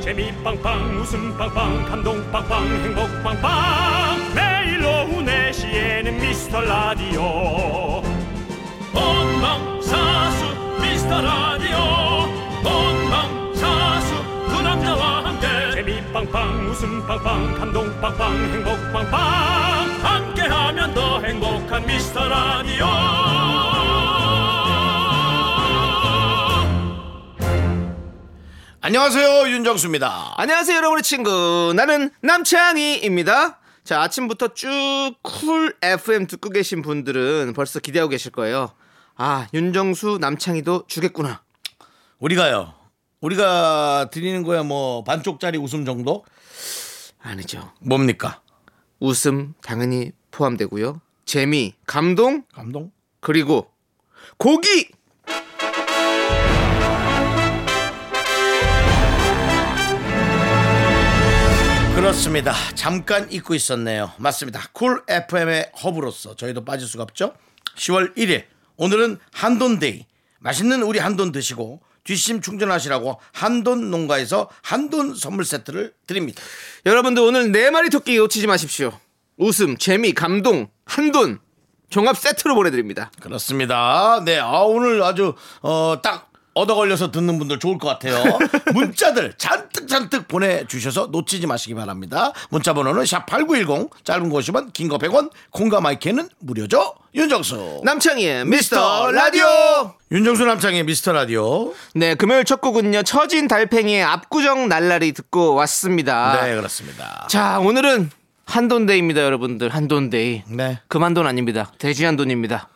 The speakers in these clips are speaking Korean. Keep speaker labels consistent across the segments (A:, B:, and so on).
A: 재미 빵빵 웃음 빵빵 감동 빵빵 행복 빵빵 매일 오후 4시에는 미스터 라디오 본방사수 미스터 라디오 본방사수 그 남자와 함께 재미 빵빵 웃음 빵빵 감동 빵빵 행복 빵빵 함께하면 더 행복한 미스터 라디오
B: 안녕하세요 윤정수입니다.
C: 안녕하세요, 여러분의 친구. 나는 남창희입니다. 자, 아침부터 쭉 쿨 FM 듣고 계신 분들은 벌써 기대하고 계실 거예요. 아, 윤정수, 남창희도 주겠구나.
B: 우리가요. 우리가 드리는 거야 뭐 반쪽짜리 웃음 정도?
C: 아니죠.
B: 뭡니까?
C: 웃음 당연히 포함되고요. 재미, 감동,
B: 감동?
C: 그리고 고기!
B: 그렇습니다. 잠깐 잊고 있었네요. 맞습니다. 쿨 FM의 허브로서 저희도 빠질 수가 없죠. 10월 1일 오늘은 한돈데이. 맛있는 우리 한돈 드시고 뒷심 충전하시라고 한돈 농가에서 한돈 선물 세트를 드립니다.
C: 여러분들 오늘 네 마리 토끼 놓치지 마십시오. 웃음, 재미, 감동, 한돈 종합 세트로 보내드립니다.
B: 그렇습니다. 네, 아, 오늘 아주 어, 딱 얻어 걸려서 듣는 분들 좋을 것 같아요. 문자들 잔뜩 잔뜩 보내주셔서 놓치지 마시기 바랍니다. 문자 번호는 샵 #8910 짧은 거 50원, 긴 거 100원, 콩과 마이크는 무료죠. 윤정수
C: 남창희의 미스터 라디오!
B: 윤정수 남창의 미스터 라디오.
C: 네, 금요일 첫 곡은요. 처진 달팽이의 압구정 날라리 듣고 왔습니다.
B: 네, 그렇습니다.
C: 자, 오늘은 한돈데이입니다, 여러분들. 한돈데이.
B: 네.
C: 금한돈 아닙니다. 대지한돈입니다.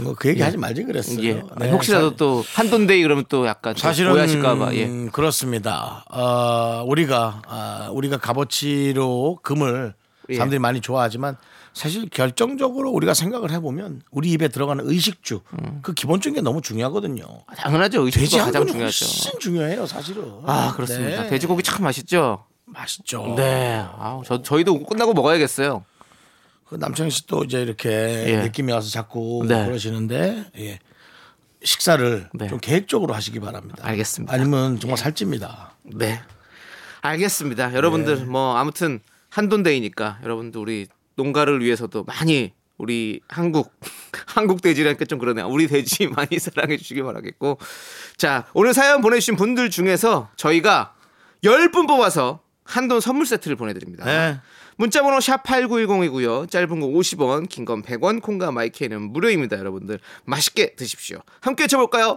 B: 뭐그 얘기 하지 말지 그랬어요.
C: 예.
B: 네,
C: 혹시라도 또 한돈데이 그러면 또 약간 또
B: 사실은
C: 오해하실까봐. 예.
B: 음, 그렇습니다. 어, 우리가 아, 우리가 값어치로 금을
C: 예.
B: 사람들이 많이 좋아하지만 사실 결정적으로 우리가 생각을 해보면 우리 입에 들어가는 의식주
C: 음.
B: 그 기본적인 게 너무 중요하거든요.
C: 당연하죠.
B: 돼지
C: 의식주가
B: 한
C: 가장
B: 분이
C: 중요하죠.
B: 훨씬 중요해요, 사실은.
C: 아, 그렇습니다.
B: 네. 어.
C: 돼지고기 참 맛있죠.
B: 맛있죠.
C: 네. 아우, 저, 저희도 끝나고 먹어야겠어요.
B: 그 남창희 씨도 이제 이렇게
C: 예.
B: 느낌이 와서 자꾸
C: 네.
B: 그러시는데 예. 식사를
C: 네.
B: 좀 계획적으로 하시기 바랍니다.
C: 알겠습니다. 예.
B: 아니면 정말 살찝니다.
C: 네. 알겠습니다. 여러분들 뭐 아무튼 한돈데이니까 여러분들 우리 농가를 위해서도 많이 우리 한국 한국 돼지라니까 좀 그러네요. 우리 돼지 많이 사랑해 주시기 바라겠고. 자, 오늘 사연 보내 주신 분들 중에서 저희가 10분 뽑아서 한돈 선물 세트를 보내 드립니다.
B: 네.
C: 문자 번호 샵 8910이고요. 짧은 거 50원, 긴 건 100원, 콩과 마이크는 무료입니다, 여러분들. 맛있게 드십시오. 함께 쳐 볼까요?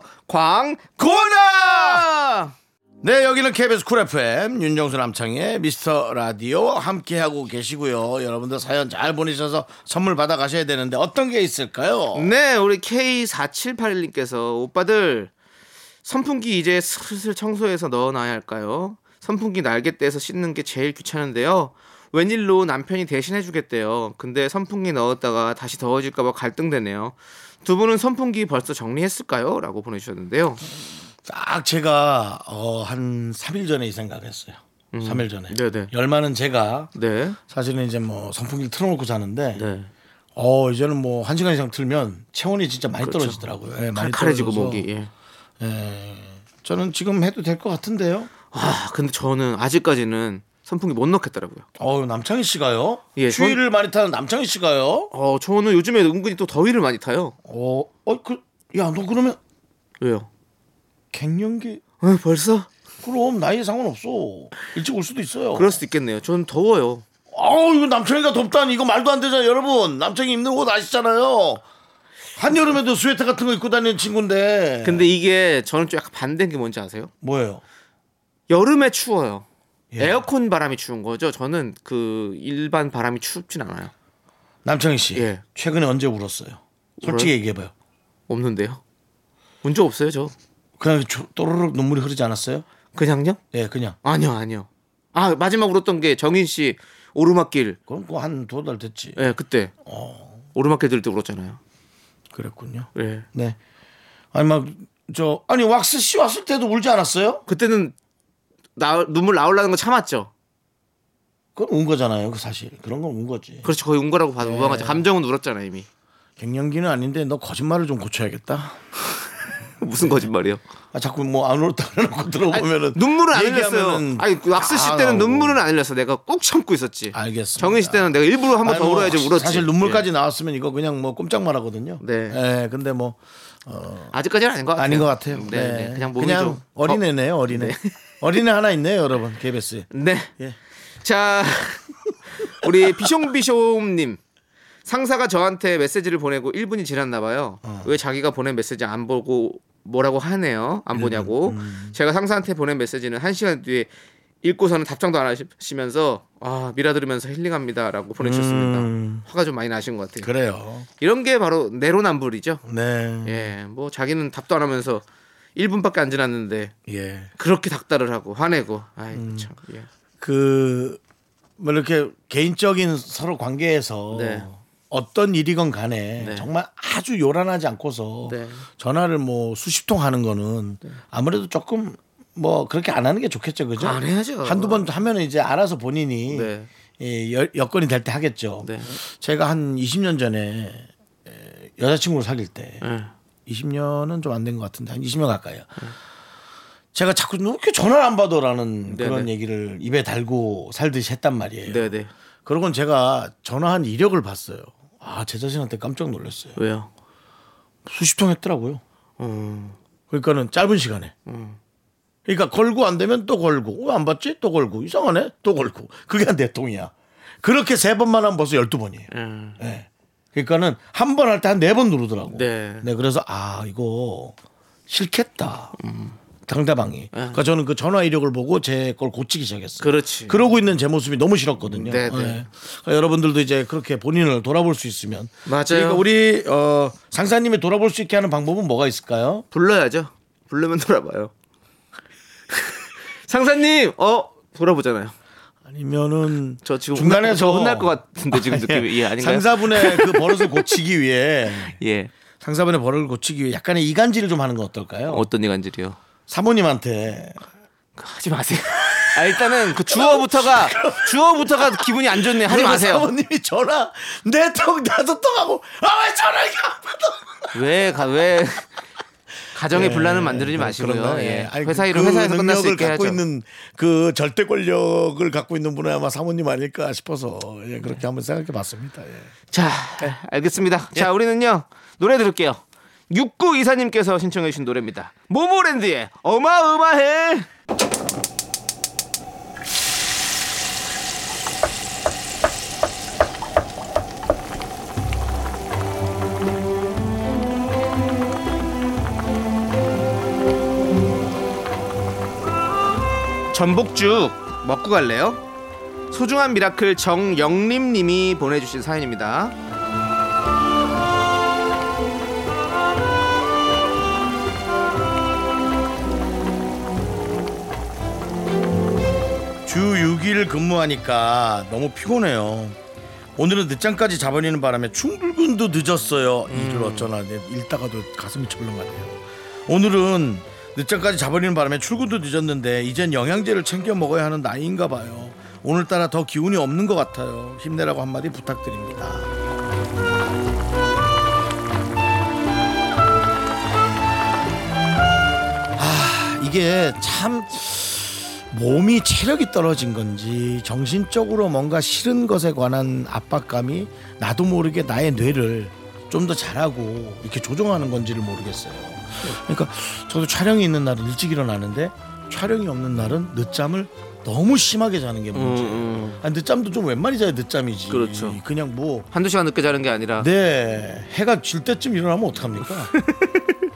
C: 광고나!
B: 네, 여기는 KBS 쿨 FM 윤정수 남창의 미스터 라디오 함께하고 계시고요. 여러분들 사연 잘 보내셔서 선물 받아 가셔야 되는데 어떤 게 있을까요?
C: 네, 우리 K4781님께서 오빠들 선풍기 이제 슬슬 청소해서 넣어놔야 할까요? 선풍기 날개떼에서 씻는 게 제일 귀찮은데요. 웬일로 남편이 대신해주겠대요. 근데 선풍기 넣었다가 다시 더워질까봐 갈등되네요. 두 분은 선풍기 벌써 정리했을까요? 라고 보내주셨는데요.
B: 딱 제가 어, 한 3일 전에 이 생각했어요. 삼 3일 전에.
C: 음. 네네.
B: 열만은 제가
C: 네.
B: 사실은 이제 뭐 선풍기를 틀어놓고 자는데
C: 네.
B: 어 이제는 뭐 한 시간 이상 틀면 체온이 진짜 많이 떨어지더라고요. 예, 많이
C: 그렇죠. 칼칼해지고
B: 떨어져서.
C: 목이. 예.
B: 예. 저는 지금 해도 될 것 같은데요.
C: 아, 근데 저는 아직까지는 선풍기 못 넣겠더라고요.
B: 어 남창희 씨가요?
C: 예, 전-
B: 추위를 많이 타는 남창희 씨가요?
C: 어, 저는 요즘에 은근히 또 더위를 많이 타요.
B: 어, 어, 그, 야, 너 그러면
C: 왜요?
B: 갱년기?
C: 어, 벌써?
B: 그럼 나이에 상관없어. 일찍 올 수도 있어요.
C: 그럴 수도 있겠네요. 저는 더워요.
B: 아우, 이거 남창이가 덥다니. 이거 말도 안 되잖아, 여러분. 남창이 입는 옷 아시잖아요. 한여름에도 스웨터 같은 거 입고 다니는 친구인데.
C: 근데 이게 저는 좀 약간 반대인 게 뭔지 아세요?
B: 뭐예요?
C: 여름에 추워요.
B: 예.
C: 에어컨 바람이 추운 거죠. 저는 그 일반 바람이 춥진 않아요.
B: 남창희 씨.
C: 예.
B: 최근에 언제 울었어요? 솔직히 얘기해봐요.
C: 없는데요. 운적 없어요, 저.
B: 그냥 조- 또르륵 눈물이 흐르지 않았어요?
C: 그냥요?
B: 예, 그냥.
C: 아니요, 아니요. 아, 마지막 울었던 게 정인 씨 오르막길.
B: 그럼 그거 한 두 달 됐지.
C: 예, 그때. 오르막길 들 때 울었잖아요.
B: 그랬군요.
C: 예.
B: 네. 아니, 막, 저, 아니, 왁스 씨 왔을 때도 울지 않았어요?
C: 그때는 나, 눈물 나올라는 거 참았죠.
B: 그건 운 거잖아요, 그 사실. 그런 건 운 거지.
C: 그렇죠. 거의 운 거라고 봐도 무방하지. 감정은 울었잖아요, 이미.
B: 갱년기는 아닌데 너 거짓말을 좀 고쳐야겠다.
C: 무슨 거짓말이요?
B: 아, 자꾸 뭐 안 울었다 그래놓고 들어보면은
C: 눈물은 안 흘렸어요.
B: 얘기하면은
C: 아니 그 왁스 씨
B: 다
C: 때는
B: 나오고.
C: 눈물은 안 흘렸어. 내가 꼭 참고 있었지.
B: 알겠습니다.
C: 정인 씨 때는 내가 일부러 한 번
B: 아니,
C: 더
B: 뭐
C: 울어야지 울었지. 예.
B: 사실 눈물까지 나왔으면 이거 그냥 뭐 꼼짝만 하거든요.
C: 네.
B: 예, 근데 뭐
C: 예. 아직까지는 아닌 것 같아요.
B: 아닌 것 같아요. 예.
C: 네, 네. 그냥 몸이 좀
B: 어린애네요, 어린애. 어린애 하나 있네요, 여러분. KBS.
C: 어, 네.
B: 예.
C: 자, 우리 비숑비숑님 상사가 저한테 메시지를 보내고 1분이 지났나 봐요. 왜 자기가 보낸 메시지 안 보고 뭐라고 하네요. 안 보냐고. 제가 상사한테 보낸 메시지는 1시간 뒤에 읽고서는 답장도 안 하시면서 아 미라 들으면서 힐링합니다라고 보내주셨습니다. 화가 좀 많이 나신 것 같아요.
B: 그래요.
C: 이런 게 바로 내로남불이죠.
B: 네. 예.
C: 예, 뭐 자기는 답도 안 하면서 1분밖에 안 지났는데
B: 예.
C: 그렇게 닥달을 하고 화내고. 아이 참. 예.
B: 그, 뭐 이렇게 개인적인 서로 관계에서
C: 네.
B: 어떤 일이건 간에
C: 네.
B: 정말 아주 요란하지 않고서
C: 네.
B: 전화를 뭐 수십 통 하는 거는 아무래도 조금 뭐 그렇게 안 하는 게 좋겠죠, 그죠?
C: 안 해야죠.
B: 한두 번 하면 이제 알아서 본인이
C: 네.
B: 이 여- 여건이 될 때 하겠죠.
C: 네.
B: 제가 한 20년 전에 에, 여자친구를 사귈 때
C: 예.
B: 20년은 좀 안 된 것 같은데 한 20년 가까이요. 제가 자꾸 왜 이렇게 전화를 안 받아라는
C: 네네.
B: 그런 얘기를 입에 달고 살듯이 했단 말이에요.
C: 네, 네.
B: 그러곤 제가 전화한 이력을 봤어요. 아, 제 자신한테 깜짝 놀랐어요.
C: 왜요?
B: 수십 통 했더라고요.
C: 어.
B: 그러니까는 짧은 시간에.
C: 음.
B: 그러니까 걸고 안 되면 또 걸고. 왜 안 받지? 또 걸고. 이상하네? 또 걸고. 그게 한 대통이야. 그렇게 세 번만 하면 벌써 12번이에요.
C: 음.
B: 예. 그러니까는 한 번 할 때 한 네 번 누르더라고.
C: 네.
B: 그래서 아 이거 싫겠다.
C: 음.
B: 당다방이. 그러니까 저는 그 전화 이력을 보고 제 걸 고치기 시작했어요.
C: 예. 그렇지.
B: 그러고 있는 제 모습이 너무 싫었거든요.
C: 네, 네.
B: 예. 그러니까 여러분들도 이제 그렇게 본인을 돌아볼 수 있으면
C: 맞아요.
B: 그러니까 우리 어, 상사님이 돌아볼 수 있게 하는 방법은 뭐가 있을까요?
C: 불러야죠. 부르면 돌아봐요. 상사님, 어 돌아보잖아요.
B: 아니면은
C: 저 지금
B: 중간에서
C: 혼나- 저 혼날 것 같은데 지금 느낌이 예, 아닌가요?
B: 상사분의 그 버릇을 고치기 위해
C: 예.
B: 상사분의 버릇을 고치기 위해 약간의 이간질을 좀 하는 건 어떨까요?
C: 어떤 이간질이요?
B: 사모님한테
C: 하지 마세요. 아 일단은 그 주어부터가 주어부터가 기분이 안 좋네. 하지
B: 그러면
C: 마세요.
B: 사모님이 전화 내통 나도 통하고 아 왜 전화 이게 안 받아?
C: 왜 가 왜 가정의 분란을 만들지
B: 그-
C: 마시고요.
B: 그런가요?
C: 예.
B: 아니,
C: 회사
B: 그-
C: 일은
B: 그
C: 회사에서 끝날 수
B: 능력을
C: 있게
B: 갖고
C: 해야죠.
B: 있는 그 절대 권력을 갖고 있는 분은 아마 사모님 아닐까 싶어서 예, 그렇게 한번 생각해봤습니다. 예.
C: 자, 알겠습니다. 자, 우리는요 노래 들을게요. 69 이사님께서 신청해주신 노래입니다. 모모랜드의 어마어마해. 전복죽 먹고 갈래요? 소중한 미라클 정영림님이 보내주신 사연입니다.
B: 주 6일 근무하니까 너무 피곤해요. 오늘은 늦잠까지 자버리는 바람에 충불근도 늦었어요. 일을 어쩌나 내 읽다가도 가슴이 철렁하네요. 오늘은 늦잠까지 자버리는 바람에 출근도 늦었는데 이젠 영양제를 챙겨 먹어야 하는 나이인가 봐요. 오늘따라 더 기운이 없는 것 같아요. 힘내라고 한마디 부탁드립니다. 아 이게 참 몸이 체력이 떨어진 건지 정신적으로 뭔가 싫은 것에 관한 압박감이 나도 모르게 나의 뇌를 좀 더 잘하고 이렇게 조종하는 건지를 모르겠어요. 그러니까 저도 촬영이 있는 날은 일찍 일어나는데 촬영이 없는 날은 늦잠을 너무 심하게 자는 게 문제예요.
C: 음.
B: 아, 늦잠도 좀 웬만히 자야 늦잠이지.
C: 그렇죠.
B: 그냥 뭐
C: 한두 시간 늦게 자는 게 아니라
B: 네, 해가 질 때쯤 일어나면 어떡합니까?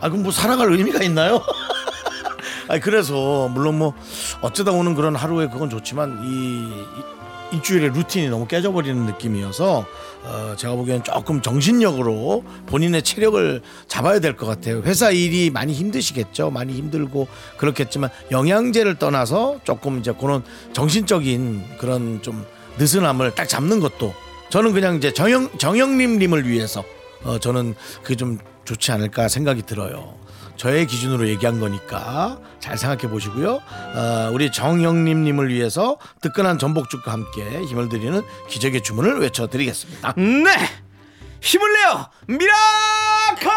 B: 아, 그럼 뭐 살아갈 의미가 있나요? 아, 그래서 물론 뭐 어쩌다 오는 그런 하루에 그건 좋지만 이, 이 일주일의 루틴이 너무 깨져버리는 느낌이어서 어, 제가 보기에는 조금 정신력으로 본인의 체력을 잡아야 될 것 같아요. 회사 일이 많이 힘드시겠죠. 많이 힘들고 그렇겠지만 영양제를 떠나서 조금 이제 그런 정신적인 그런 좀 느슨함을 딱 잡는 것도 저는 그냥 이제 정영 정영님님을 위해서 어, 저는 그게 좀 좋지 않을까 생각이 들어요. 저의 기준으로 얘기한 거니까 잘 생각해 보시고요. 어, 우리 정영님님을 위해서 뜨끈한 전복죽과 함께 힘을 드리는 기적의 주문을 외쳐드리겠습니다.
C: 네 힘을 내요 미라클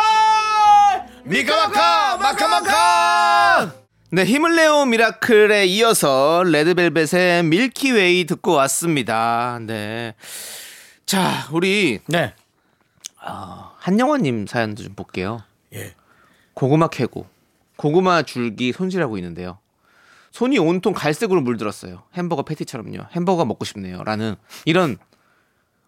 B: 미카마카 마카마카
C: 네, 힘을 내요 미라클에 이어서 레드벨벳의 밀키웨이 듣고 왔습니다. 네. 자, 우리
B: 네
C: 한영원님 사연도 좀 볼게요.
B: 예.
C: 고구마 캐고 고구마 줄기 손질하고 있는데요. 손이 온통 갈색으로 물들었어요. 햄버거 패티처럼요. 햄버거 먹고 싶네요. 라는 이런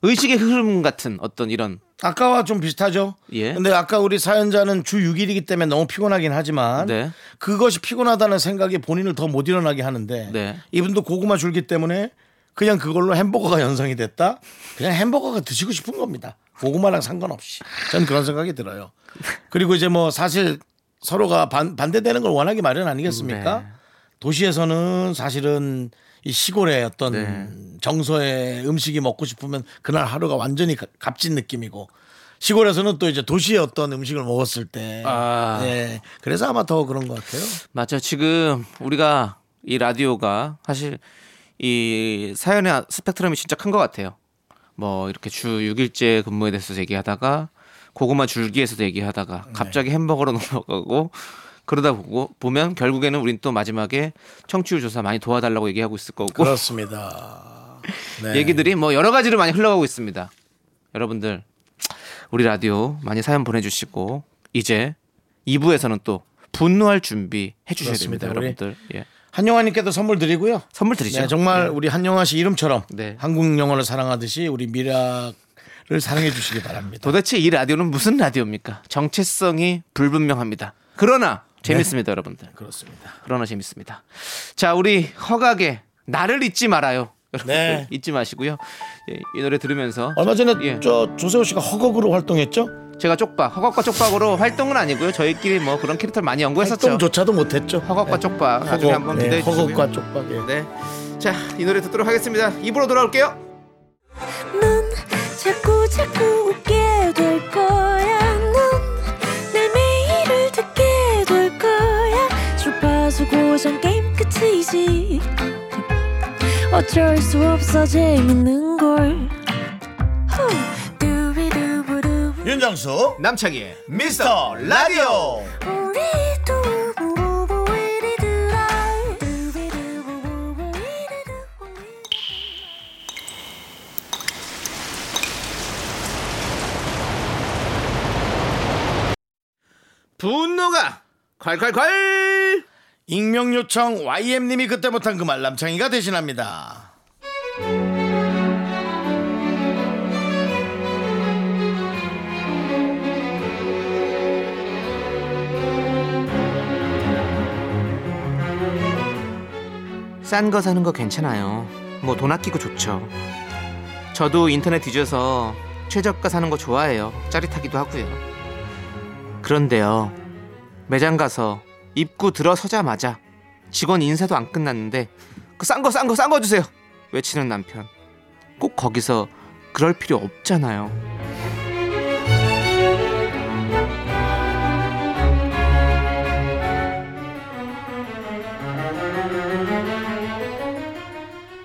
C: 의식의 흐름 같은 어떤 이런
B: 아까와 좀 비슷하죠.
C: 예.
B: 근데 아까 우리 사연자는 주 6일이기 때문에 너무 피곤하긴 하지만
C: 네.
B: 그것이 피곤하다는 생각이 본인을 더 못 일어나게 하는데
C: 네.
B: 이분도 고구마 줄기 때문에 그냥 그걸로 햄버거가 연상이 됐다. 그냥 햄버거가 드시고 싶은 겁니다. 고구마랑 상관없이. 전 그런 생각이 들어요. 그리고 이제 뭐 사실 서로가 반, 반대되는 걸 원하기 마련 아니겠습니까?
C: 네.
B: 도시에서는 사실은 이 시골의 어떤
C: 네.
B: 정서의 음식이 먹고 싶으면 그날 하루가 완전히 가- 값진 느낌이고 시골에서는 또 이제 도시의 어떤 음식을 먹었을 때
C: 아. 어.
B: 예. 그래서 아마 더 그런 것 같아요.
C: 맞아요. 지금 우리가 이 라디오가 사실 이 사연의 아, 스펙트럼이 진짜 큰 것 같아요. 뭐 이렇게 주 6일째 근무에 대해서 얘기하다가 고구마 줄기에서 얘기하다가
B: 네.
C: 갑자기 햄버거로 넘어가고 그러다 보고 보면 결국에는 우린 또 마지막에 청취율 조사 많이 도와달라고 얘기하고 있을 거고
B: 그렇습니다. 네.
C: 얘기들이 뭐 여러 가지로 많이 흘러가고 있습니다. 여러분들 우리 라디오 많이 사연 보내주시고 이제 2부에서는 또 분노할 준비 해주셔야
B: 그렇습니다.
C: 됩니다, 여러분들. 예.
B: 한영아님께도 선물 드리고요.
C: 선물 드리죠.
B: 네, 정말 우리 한영아 씨 이름처럼
C: 네.
B: 한국 영어를 사랑하듯이 우리 미라를 사랑해 주시기 바랍니다.
C: 도대체 이 라디오는 무슨 라디오입니까? 정체성이 불분명합니다. 그러나 재밌습니다,
B: 네.
C: 여러분들.
B: 그렇습니다.
C: 그러나 재밌습니다. 자, 우리 허각의 나를 잊지 말아요. 여러분들
B: 네.
C: 잊지 마시고요. 예, 이 노래 들으면서
B: 얼마 전에
C: 예. 그렇죠.
B: 저 조세호 씨가 허걱으로 활동했죠?
C: 제가 쪽박, 허각과 쪽박으로 활동은 아니고요. 저희끼리 뭐 그런 캐릭터를 많이 연구했었죠.
B: 활동조차도 못했죠.
C: 허걱과
B: 네.
C: 쪽박 나중에 한번
B: 네,
C: 기대해 주시고요.
B: 허걱과 쪽박. 예.
C: 네. 자, 이 노래 듣도록 하겠습니다. 입으로 돌아올게요.
D: 넌 자꾸 자꾸 웃게 될 거야. 넌내 매일을 듣게 될 거야. 주파수 고정 게임 끝이지. 어쩔 수 없어 재밌는 걸. 후. 두비두부두.
B: 윤정수
C: 남창희의
B: 미스터 라디오.
D: 우리 두부부부 우리 두라. 두비두부부부 우리 두부부.
C: 분노가 콸콸콸!
B: 익명 요청 YM님이 그때 못한 그 말 남창희가 대신합니다.
C: 싼 거 사는 거 괜찮아요. 뭐 돈 아끼고 좋죠. 저도 인터넷 뒤져서 최저가 사는 거 좋아해요. 짜릿하기도 하고요. 그런데요. 매장 가서 입구 들어서자마자 직원 인사도 안 끝났는데 그 싼 거 싼 거 싼 거 주세요. 외치는 남편. 꼭 거기서 그럴 필요 없잖아요.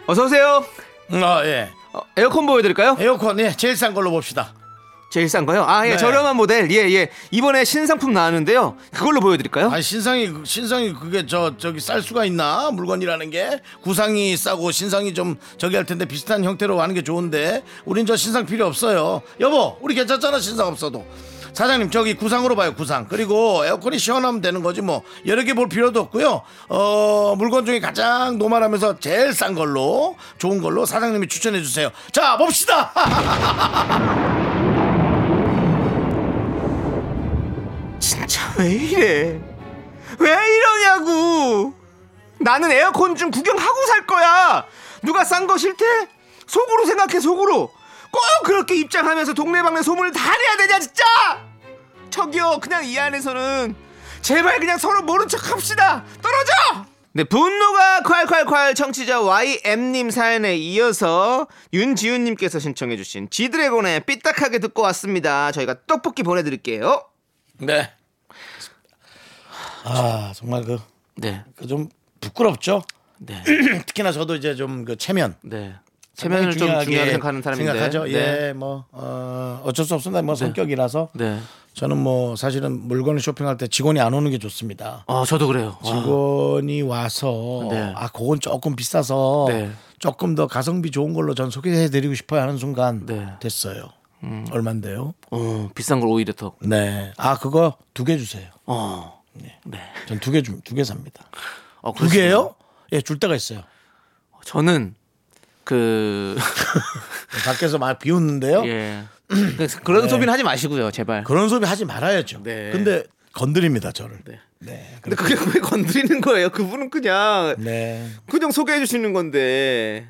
C: 어서 오세요.
B: 아 예.
C: 어, 에어컨 보여드릴까요?
B: 에어컨 예 제일 싼 걸로 봅시다.
C: 제일 싼 거요? 아, 예,
B: 네.
C: 저렴한 모델. 예, 예. 이번에 신상품 나왔는데요. 그걸로 보여드릴까요?
B: 아니 신상이 신상이 그게 저 저기 쌀 수가 있나 물건이라는 게 구상이 싸고 신상이 좀 저기 할 텐데 비슷한 형태로 하는 게 좋은데 우린 저 신상 필요 없어요 여보 우리 괜찮잖아 신상 없어도 사장님 저기 구상으로 봐요 구상 그리고 에어컨이 시원하면 되는 거지 뭐 여러 개 볼 필요도 없고요 어 물건 중에 가장 노말하면서 제일 싼 걸로 좋은 걸로 사장님이 추천해 주세요 자 봅시다
C: 진짜 왜 이래? 왜 이러냐고! 나는 에어컨 좀 구경하고 살 거야! 누가 싼 거 싫대? 속으로 생각해, 속으로! 꼭 그렇게 입장하면서 동네방네 소문을 다 내야 되냐, 진짜! 저기요, 그냥 이 안에서는 제발 그냥 서로 모른 척 합시다! 떨어져! 네, 분노가 콸콸콸 청취자 YM님 사연에 이어서 윤지훈님께서 신청해주신 지드래곤의 삐딱하게 듣고 왔습니다. 저희가 떡볶이 보내드릴게요.
B: 네 아 정말
C: 네,
B: 그 좀 부끄럽죠
C: 네,
B: 특히나 저도 이제 좀 그 체면
C: 네. 체면을 좀
B: 중요하게
C: 중요하게 생각하는 사람인데.
B: 생각하죠.
C: 네.
B: 예, 뭐 어, 어쩔 수 없습니다. 뭐 성격이라서
C: 네.
B: 저는 뭐 사실은 물건을 쇼핑할 때 직원이 안 오는 게 좋습니다.
C: 어, 저도 그래요. 와.
B: 직원이 와서
C: 네.
B: 아 그건 조금 비싸서
C: 네.
B: 조금 더 가성비 좋은 걸로 전 소개해드리고 싶어요 하는 순간
C: 네. 음.
B: 됐어요. 얼만데요?
C: 어, 비싼 걸 오히려 더.
B: 네. 아 그거 두 개 주세요.
C: 어. 네.
B: 전 두 개 줍, 두개 삽니다.
C: 어,
B: 두 개요? 예, 줄 때가 있어요.
C: 저는 그
B: 밖에서 막 비웃는데요.
C: 예. 그- 그런 소비는 하지 마시고요, 제발.
B: 그런 소리 하지 말아야죠.
C: 네.
B: 근데 건드립니다 저를. 네.
C: 근데 그게 왜 건드리는 거예요? 그분은 그냥
B: 네.
C: 그냥 소개해 주시는 건데.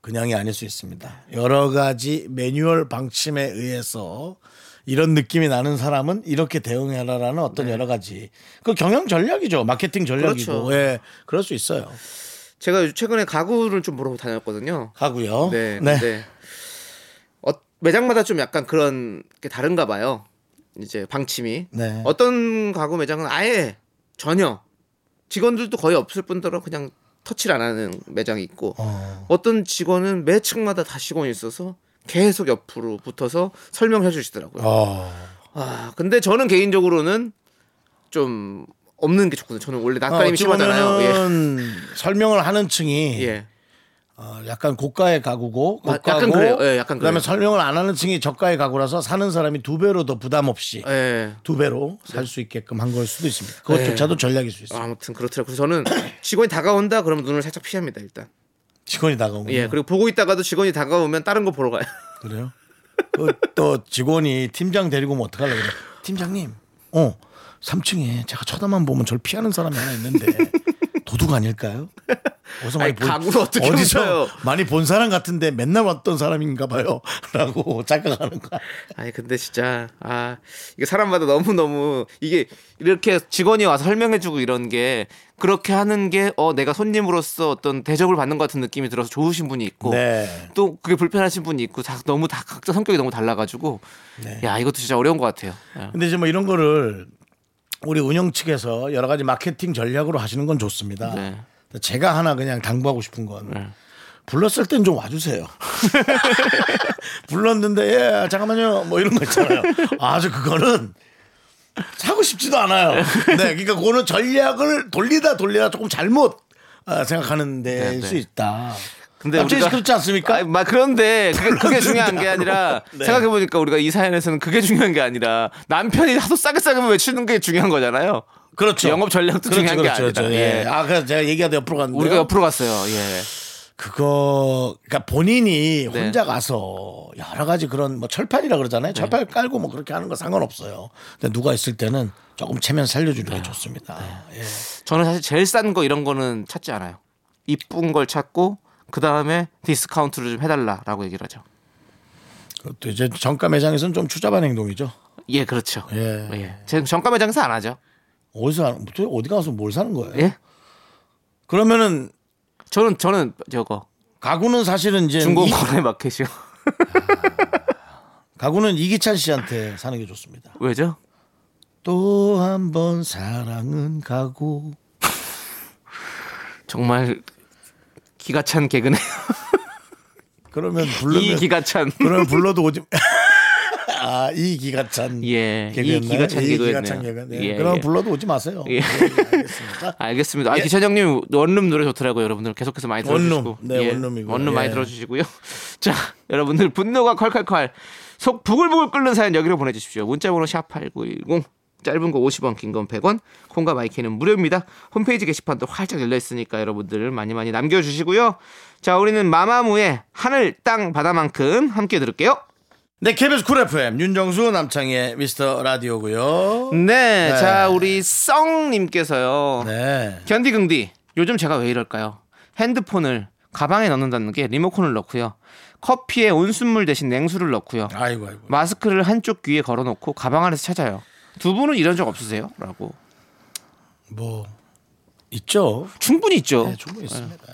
B: 그냥이 아닐 수 있습니다. 여러 가지 매뉴얼 방침에 의해서 이런 느낌이 나는 사람은 이렇게 대응해라라는 어떤 여러 가지 그 경영 전략이죠. 마케팅 전략이고.
C: 네. 그렇죠.
B: 예. 그럴 수 있어요.
C: 제가 최근에 가구를 좀 물어보고 다녔거든요.
B: 하고요.
C: 네. 근데 어, 매장마다 좀 약간 그런 게 다른가 봐요. 이제 방침이.
B: 네.
C: 어떤 가구 매장은 아예 전혀 직원들도 거의 없을 뿐더러 그냥 터치를 안 하는 매장이 있고
B: 어.
C: 어. 떤 직원은 매 층마다 다 직원이 있어서 계속 옆으로 붙어서 설명해 주시더라고요.
B: 어.
C: 아, 근데 저는 개인적으로는 좀 없는 게 좋거든요. 저는 원래
B: 아,
C: 낯가림이
B: 어찌
C: 심하잖아요.
B: 보면 설명을 하는
C: 예.
B: 층이
C: 예.
B: 어, 약간 고가의 가구고
C: 아,
B: 고가고
C: 약간 그래요. 예, 약간
B: 그다음에
C: 그래요.
B: 설명을 안 하는 층이 저가의 가구라서 사는 사람이 두 배로 더 부담 없이
C: 예.
B: 두 배로 살 수 있게끔 한 걸 수도 있습니다. 그것조차도 전략일 수 있어요.
C: 네. 아무튼 그렇더라고요. 그래서 저는 직원이 다가온다 그러면 눈을 살짝 피합니다, 일단.
B: 직원이 다가오고
C: 예, 그리고 보고 있다가도 직원이 다가오면 다른 거 보러 가요.
B: 그래요? 그, 또 직원이 팀장 데리고 오면 어떡하려고 그래. 팀장님, 어, 3층에 제가 쳐다만 보면 절 피하는 사람이 하나 있는데 도둑 아닐까요? 어디서 많이
C: 아니, 가구를 어떻게
B: 어디서
C: 훔쳐요?
B: 많이 본 사람 같은데 맨날 왔던 사람인가 봐요. 라고 착각하는 거야.
C: 아니 근데 진짜 아 이게 사람마다 너무 너무 이게 이렇게 직원이 와서 설명해주고 이런 게 그렇게 하는 게 어 내가 손님으로서 어떤 대접을 받는 것 같은 느낌이 들어서 좋으신 분이 있고
B: 네.
C: 또 그게 불편하신 분이 있고 다 너무 다 각자 성격이 너무 달라가지고 야 이것도 진짜 어려운 것 같아요. 예.
B: 근데 이제 뭐 이런 거를 우리 운영 측에서 여러 가지 마케팅 전략으로 하시는 건 좋습니다.
C: 네.
B: 제가 하나 그냥 당부하고 싶은 건
C: 네.
B: 불렀을 땐 좀 와주세요. 불렀는데 예 잠깐만요 뭐 이런 거 있잖아요. 아주 그거는 사고 싶지도 않아요. 네, 그러니까 그거는 전략을 돌리다 돌리다 조금 잘못 아, 생각하는 데일
C: 네, 네.
B: 수 있다.
C: 근데
B: 남편이
C: 우리가-
B: 그렇지 않습니까?
C: 아니, 막 그런데 그러니까? 그게, 그게 중요한 게 아니라
B: 네.
C: 생각해 보니까 우리가 이 사연에서는 그게 중요한 게 아니라 남편이 하도 싸게 싸게 외치는 게 중요한 거잖아요.
B: 그렇죠.
C: 영업 전략도 중요한 게 아니다.
B: 예.
C: 예.
B: 아, 그래서 제가 얘기하다 옆으로 갔는데
C: 우리가 옆으로 갔어요. 예.
B: 그거 그러니까 본인이
C: 네.
B: 혼자 가서 여러 가지 그런 뭐 철판이라 그러잖아요. 철판 깔고 뭐 그렇게 하는 거 상관없어요. 근데 누가 있을 때는 조금 체면 살려주는
C: 네.
B: 게 좋습니다. 예.
C: 저는 사실 제일 싼 거 이런 거는 찾지 않아요. 이쁜 걸 찾고 그 다음에 디스카운트를 좀 해달라라고 얘기를 하죠.
B: 그것도 이제 정가 매장에서는 좀 추잡한 행동이죠.
C: 예, 그렇죠.
B: 예.
C: 제 정가 매장에서 안 하죠.
B: 어디서 하는- 도대체 어디 가서 뭘 사는 거예요?
C: 예?
B: 그러면은
C: 저는 저는 저거
B: 가구는 사실은 이제 이,
C: 중고거래 마켓이요.
B: 가구는 이기찬 씨한테 사는 게 좋습니다.
C: 왜죠?
B: 또 한 번 사랑은 가구.
C: 정말 기가 찬 개그네요.
B: 그러면
C: 이
B: 불러면
C: 기가 찬.
B: 그러면 불러도 오지. 아, 이 기가찬.
C: 예,
B: 개그였나요?
C: 이 기가찬
B: 이
C: 개그였네요.
B: 기가찬 개그. 네.
C: 예,
B: 그럼
C: 예.
B: 불러도 오지 마세요.
C: 예.
B: 예, 알겠습니다.
C: 알겠습니다. 아, 기찬형님 원룸 노래 좋더라고요. 여러분들 계속해서 많이
B: 예. 원룸.
C: 들어주시고
B: 네, 원룸이고요.
C: 원룸 많이
B: 예.
C: 들어주시고요. 자, 여러분들 분노가 콸콸콸 속 부글부글 끓는 사연 여기로 보내주십시오. 문자번호 샵8910 짧은 거 50원, 긴 건 100원, 콩과 마이키는 무료입니다. 홈페이지 게시판도 활짝 열려 있으니까 여러분들 많이 많이 남겨주시고요. 자, 우리는 마마무의 하늘 땅 바다만큼 함께 들을게요.
B: 네, KBS 쿨 FM 윤정수 남창의 미스터 라디오고요.
C: 네, 자 우리 썽님께서요.
B: 네.
C: 견디 긍디 요즘 제가 왜 이럴까요? 핸드폰을 가방에 넣는다는 게 리모컨을 넣고요. 커피에 온순물 대신 냉수를 넣고요.
B: 아이고 아이고.
C: 마스크를 한쪽 귀에 걸어놓고 가방 안에서 찾아요. 두 분은 이런 적 없으세요? 라고
B: 뭐 있죠.
C: 충분히 있죠.
B: 네, 충분히 있습니다.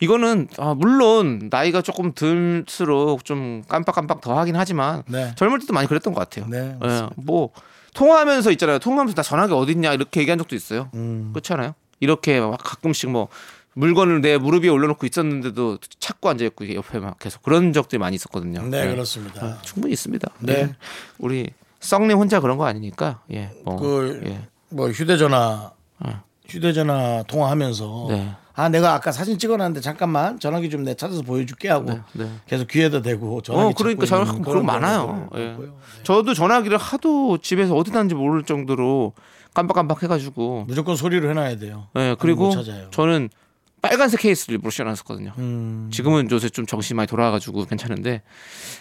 C: 이거는 아, 물론 나이가 조금 들수록 좀 깜빡깜빡 더 하긴 하지만
B: 네.
C: 젊을 때도 많이 그랬던 것 같아요.
B: 네,
C: 예,
B: 맞습니다.
C: 뭐 통화하면서
B: 음.
C: 있잖아요. 통화하면서 나 전화기 어딨냐 이렇게 얘기한 적도 있어요. 그렇지 않아요? 이렇게 막 가끔씩 뭐 물건을 내 무릎 위에 올려놓고 있었는데도 찾고 앉아있고 이게 옆에 막 계속 그런 적들이 많이 있었거든요.
B: 네,
C: 예.
B: 그렇습니다.
C: 충분히 있습니다.
B: 네.
C: 예. 우리 썩님 혼자 그런 거 아니니까 예. 뭐,
B: 그
C: 예.
B: 뭐 휴대전화
C: 어.
B: 휴대전화 통화하면서
C: 네.
B: 아 내가 아까 사진 찍어놨는데 잠깐만 전화기 좀 내 찾아서 보여줄게 하고
C: 네, 네.
B: 계속 귀에다 대고 전화기
C: 어 그러니까
B: 찾고
C: 저
B: 있는
C: 그런 거
B: 그런
C: 많아요.
B: 경우도
C: 예.
B: 있고요.
C: 저도 전화기를 하도 집에서 어디 다는지 모를 정도로 깜빡깜빡 해가지고
B: 무조건 소리로 해놔야 돼요.
C: 예, 그리고
B: 못 네. 찾아요.
C: 저는 빨간색 케이스를 일부러 씌워놨었거든요.
B: 음.
C: 지금은 요새 좀 정신이 많이 돌아와가지고 괜찮은데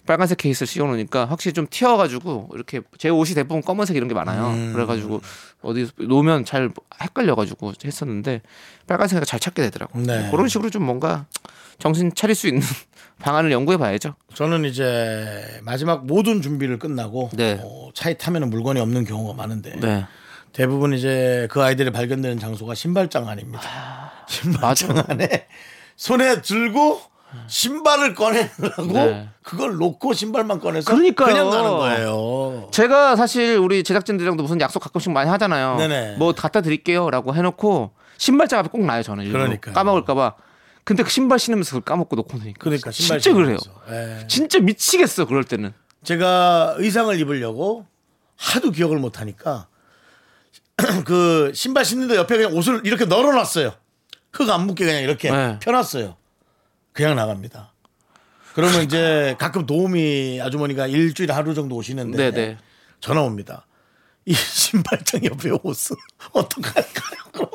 C: 빨간색 케이스를 씌워놓으니까 확실히 좀 튀어가지고 이렇게 제 옷이 대부분 검은색 이런 게 많아요.
B: 음.
C: 그래가지고 어디 놓으면 잘 헷갈려가지고 했었는데 빨간색을 잘 찾게 되더라고요.
B: 네.
C: 그런 식으로 좀 뭔가 정신 차릴 수 있는 방안을 연구해 봐야죠.
B: 저는 이제 마지막 모든 준비를 끝나고
C: 네.
B: 어, 차에 타면 물건이 없는 경우가 많은데
C: 네.
B: 대부분 이제 그 아이들이 발견되는 장소가 신발장 안입니다. 신발장
C: 아. 맞아요.
B: 안에 손에 들고 신발을 꺼내려고
C: 네.
B: 그걸 놓고 신발만 꺼내서
C: 그러니까요.
B: 냥 가는 거예요.
C: 제가 사실 우리 제작진들이랑도 무슨 약속 가끔씩 많이 하잖아요.
B: 네네.
C: 뭐 갖다 드릴게요라고 해놓고 신발장 앞에 꼭 나요 저는 일부러
B: 그러니까요.
C: 까먹을까봐. 근데 그 신발 신으면서 그걸 까먹고 놓고 놓으니까
B: 그러니까 신발
C: 진짜 그래요.
B: 예.
C: 진짜 미치겠어 그럴 때는.
B: 제가 의상을 입으려고 하도 기억을 못 하니까 그 신발 신는데 옆에 그냥 옷을 이렇게 널어놨어요. 흙 안 묻게 그냥 이렇게
C: 네.
B: 펴놨어요. 그냥 나갑니다. 그러면 이제 가끔 도우미 아주머니가 일주일에 하루 정도 오시는데
C: 아. 네, 네.
B: 전화 옵니다. 이 신발장 옆에 옷은 어떡할까요? 그럼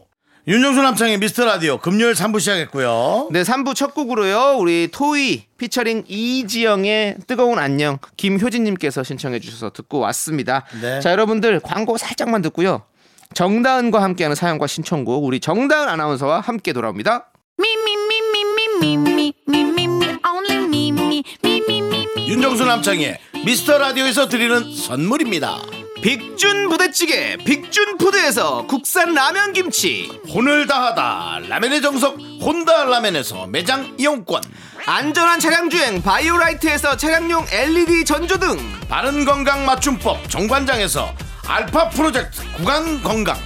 B: 윤정수 남창희 미스터 라디오 금요일 3부 시작했고요.
C: 네, 3부 첫 곡으로요. 우리 토이 피처링 이지영의 뜨거운 안녕 김효진 님께서 신청해 주셔서 듣고 왔습니다.
B: 네.
C: 자, 여러분들 광고 살짝만 듣고요. 정다은과 함께하는 사연과 신청곡 우리 정다은 아나운서와 함께 돌아옵니다.
D: Me, me, me, me, me, me, me, me, me, me, only me, me, me, me, me, me.
B: 윤정수 남창의 미스터 라디오에서 드리는 선물입니다.
C: 빅준 부대찌개 빅준 푸드에서 국산 라면 김치
B: 혼을 다하다 라멘의 정석 혼다 라멘에서 매장 이용권
C: 안전한 차량 주행 바이오라이트에서 차량용 LED 전조등
B: 바른 건강 맞춤법 정관장에서 알파 프로젝트 구간 건강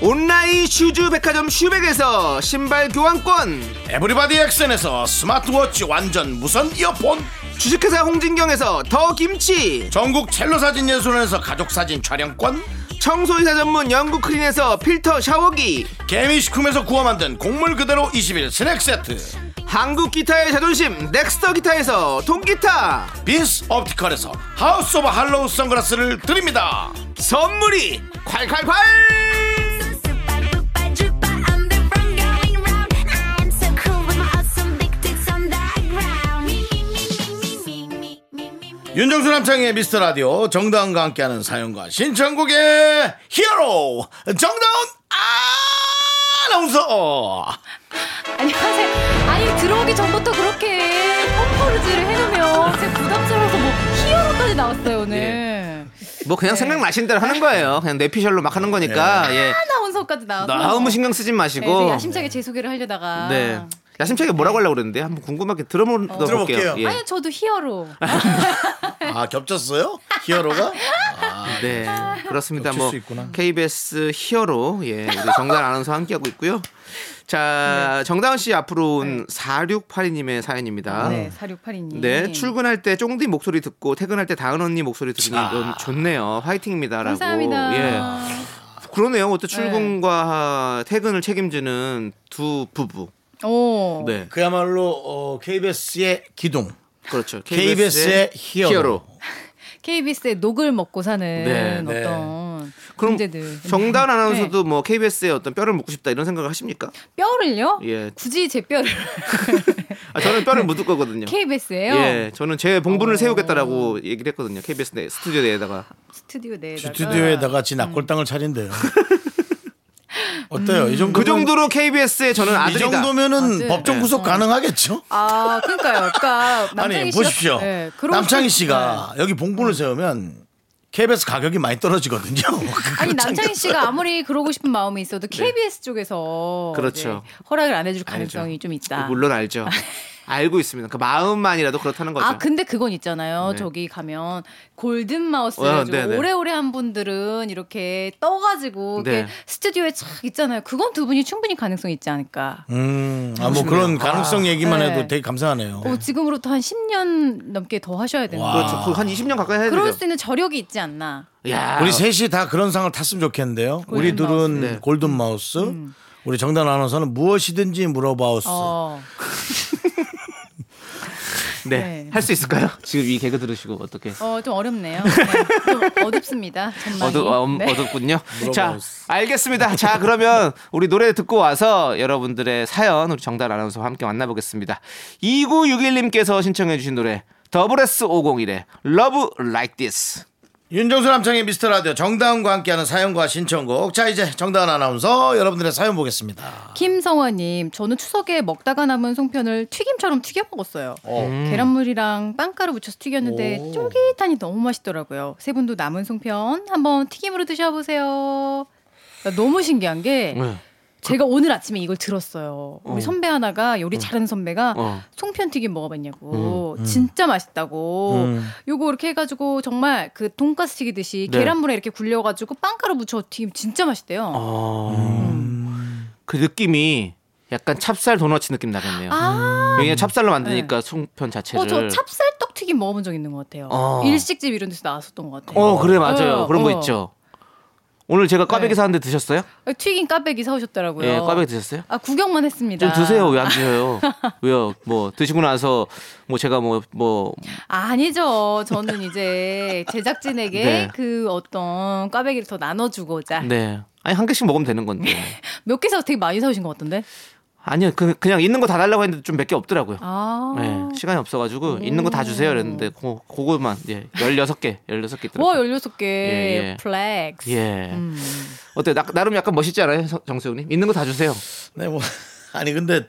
C: 온라인 슈즈 백화점 슈백에서 신발 교환권
B: 에브리바디 액션에서 스마트워치 완전 무선 이어폰
C: 주식회사 홍진경에서 더 김치
B: 전국 첼로 사진 예술원에서 가족 사진 촬영권
C: 청소이사 전문 영국 크린에서 필터 샤워기
B: 개미식품에서 구워 만든 곡물 그대로 21 스낵 세트
C: 한국 기타의 자존심 넥스터 기타에서 동기타
B: 빈스 옵티컬에서 하우스 오브 할로우 선글라스를 드립니다.
C: 선물이 콸콸콸
B: 윤정수 남창의 미스터 라디오 정다운과 함께하는 사연과 신청곡의 히어로 정다운 아나운서
E: 안녕하세요. 아니 들어오기 전부터 그렇게 펌프르지를 해놓으면 제 부담스러워서 뭐 히어로까지 나왔어요 오늘.
C: 뭐 그냥 생각나신 대로 하는 거예요 그냥 내피셜로 막 하는 거니까 예.
E: 아나운서까지 나와서
C: 너무 신경 쓰지
E: 네,
C: 마시고
E: 이제 야심차게 제 소개를 하려다가.
C: 네. 야심차게 뭐라고 하려고 그랬는데 한번 궁금하게 들어보- 들어볼게요
B: 들어볼게요.
C: 예.
E: 아니 저도 히어로.
B: 아 겹쳤어요? 히어로가?
C: 네 그렇습니다.
B: 겹칠
C: 뭐
B: 수 있구나.
C: KBS 히어로 예 우리 정다은 아나운서 함께하고 있고요. 자 정다은 씨 앞으로 온 4682님의 사연입니다.
E: 네, 4682님.
C: 네, 출근할 때 쫑디 목소리 듣고 퇴근할 때 다은 언니 목소리 들으니 넌 좋네요. 화이팅입니다라고. 예.
E: 감사합니다.
C: 그러네요. 어떤 출근과 퇴근을 책임지는 두 부부.
E: 오.
C: 네.
B: 그야말로 어, KBS의 기둥,
C: 그렇죠.
B: KBS의, 히어로.
E: KBS의 녹을 먹고 사는
C: 네,
B: 네.
E: 어떤
C: 그럼
E: 문제들.
C: 정다은
E: 네.
C: 아나운서도 뭐 KBS의 어떤 뼈를 묻고 싶다 이런 생각을 하십니까?
E: 뼈를요?
C: 예.
E: 굳이 제 뼈를
C: 아, 저는 뼈를 묻을 거거든요.
E: KBS예요.
C: 예, 저는 제 봉분을
E: 어.
C: 세우겠다라고 얘기를 했거든요. KBS 내 스튜디오 내에다가
E: 스튜디오 내
B: 스튜디오에다가 지 낙골당을 차린대요. 어때요? 이 정도
C: 그 정도로 KBS의 저는
B: 이
C: 아들이다.
B: 정도면은
E: 아들.
B: 법정
E: 네.
B: 구속
E: 어.
B: 가능하겠죠?
E: 아, 그러니까요. 그러니까 남창희
B: 아니
E: 씨가-
B: 보십시오.
E: 네, 그러고
B: 남창희
E: 싶-
B: 씨가
E: 네.
B: 여기 봉분을 세우면 KBS 가격이 많이 떨어지거든요.
E: 아니 남창희 씨가 아무리 그러고 싶은 마음이 있어도 KBS 쪽에서
C: 네. 그렇죠.
E: 네, 허락을 안 해줄 가능성이 좀 있다.
C: 물론 알죠. 알고 있습니다. 그 마음만이라도 그렇다는 거죠.
E: 아 근데 그건 있잖아요.
C: 네.
E: 저기 가면 골든 마우스
C: 어,
E: 어,
C: 네, 네.
E: 오래오래 한 분들은 이렇게 떠가지고
C: 네.
E: 이렇게 스튜디오에 착 있잖아요. 그건 두 분이 충분히 가능성이 있지 않을까.
B: 음, 아, 뭐 그런 가능성 얘기만 해도
E: 네.
B: 되게 감사하네요. 아,
E: 어, 지금으로부터 한 10년 넘게 더 하셔야 되는
B: 와.
E: 거.
C: 그렇죠. 그한 20년 가까이 해야
E: 그럴
C: 되죠.
E: 수 있는 저력이 있지 않나.
C: 야,
B: 우리 셋이 다 그런 상을 탔으면 좋겠는데요. 우리
E: 골든
B: 둘은
C: 마우스. 네.
B: 골든 마우스, 우리 정단 아나운서는 무엇이든지 물어봐우스.
E: 어.
C: 네.
E: 네.
C: 할 수 있을까요? 지금 이 개그 들으시고 어떻게?
E: 어, 좀 어렵네요. 네, 좀 어둡습니다. 전망이.
C: 어두, 어,
E: 네.
C: 어둡군요. 자,
B: 물어봐봤어.
C: 알겠습니다. 자, 그러면 우리 노래 듣고 와서 여러분들의 사연 우리 정달 아나운서와 함께 만나보겠습니다. 2961님께서 신청해 주신 노래 더블 S 501의 Love Like This.
B: 윤정수 남창의 미스터 라디오 정다운과 함께하는 사연과 신청곡. 자 이제 정다운 아나운서 여러분들의 사연 보겠습니다.
E: 김성화님, 저는 추석에 먹다가 남은 송편을 튀김처럼 튀겨 먹었어요.
B: 어.
E: 계란물이랑 빵가루 묻혀서 튀겼는데
B: 오.
E: 쫄깃하니 너무 맛있더라고요. 세 분도 남은 송편 한번 튀김으로 드셔보세요. 나 너무 신기한 게 제가 오늘 아침에 이걸 들었어요. 우리 선배 하나가 요리 잘하는 선배가
C: 어.
E: 송편 튀김 먹어봤냐고 진짜 맛있다고 요거 이렇게 해가지고 정말 그 돈가스 튀기듯이
C: 네.
E: 계란물에 이렇게 굴려가지고 빵가루 묻혀 튀김 진짜 맛있대요.
C: 어. 그 느낌이 약간 찹쌀 도너츠 느낌 나겠네요.
E: 아,
C: 왜냐면 찹쌀로 만드니까 송편 자체를.
E: 어, 저 찹쌀떡 튀김 먹어본 적 있는 것 같아요.
C: 어.
E: 일식집 이런 데서 나왔었던 것 같아요.
C: 어, 그래 맞아요.
E: 어,
C: 그런 거
E: 어.
C: 있죠. 오늘 제가 꽈배기
E: 네.
C: 사는데 드셨어요?
E: 튀긴 까베기 사오셨더라고요.
C: 예, 꽈배기 드셨어요?
E: 아 구경만 했습니다.
C: 좀 드세요. 왜 안 드셔요? 왜요? 뭐 드시고 나서 뭐 제가 뭐 뭐
E: 아니죠. 저는 이제 제작진에게
C: 네.
E: 그 어떤 꽈배기를 더 나눠주고자
C: 네. 아니 한 개씩 먹으면 되는 건데.
E: 몇 개 사서 되게 많이 사오신 것 같던데.
C: 아니요. 그, 그냥 있는 거 다 달라고 했는데 좀 몇 개 없더라고요.
E: 아.
C: 네. 시간이 없어 가지고 있는 거 다 주세요 그랬는데 고, 그거만 예. 16개. 16개
E: 와
C: 있더라고요.
E: 16개
C: 그렇죠. 예, 예.
E: 플렉스.
C: 예. 어때? 나, 나름 약간 멋있지 않아요? 정- 정수영 님. 있는 거 다 주세요.
B: 네, 뭐 아니 근데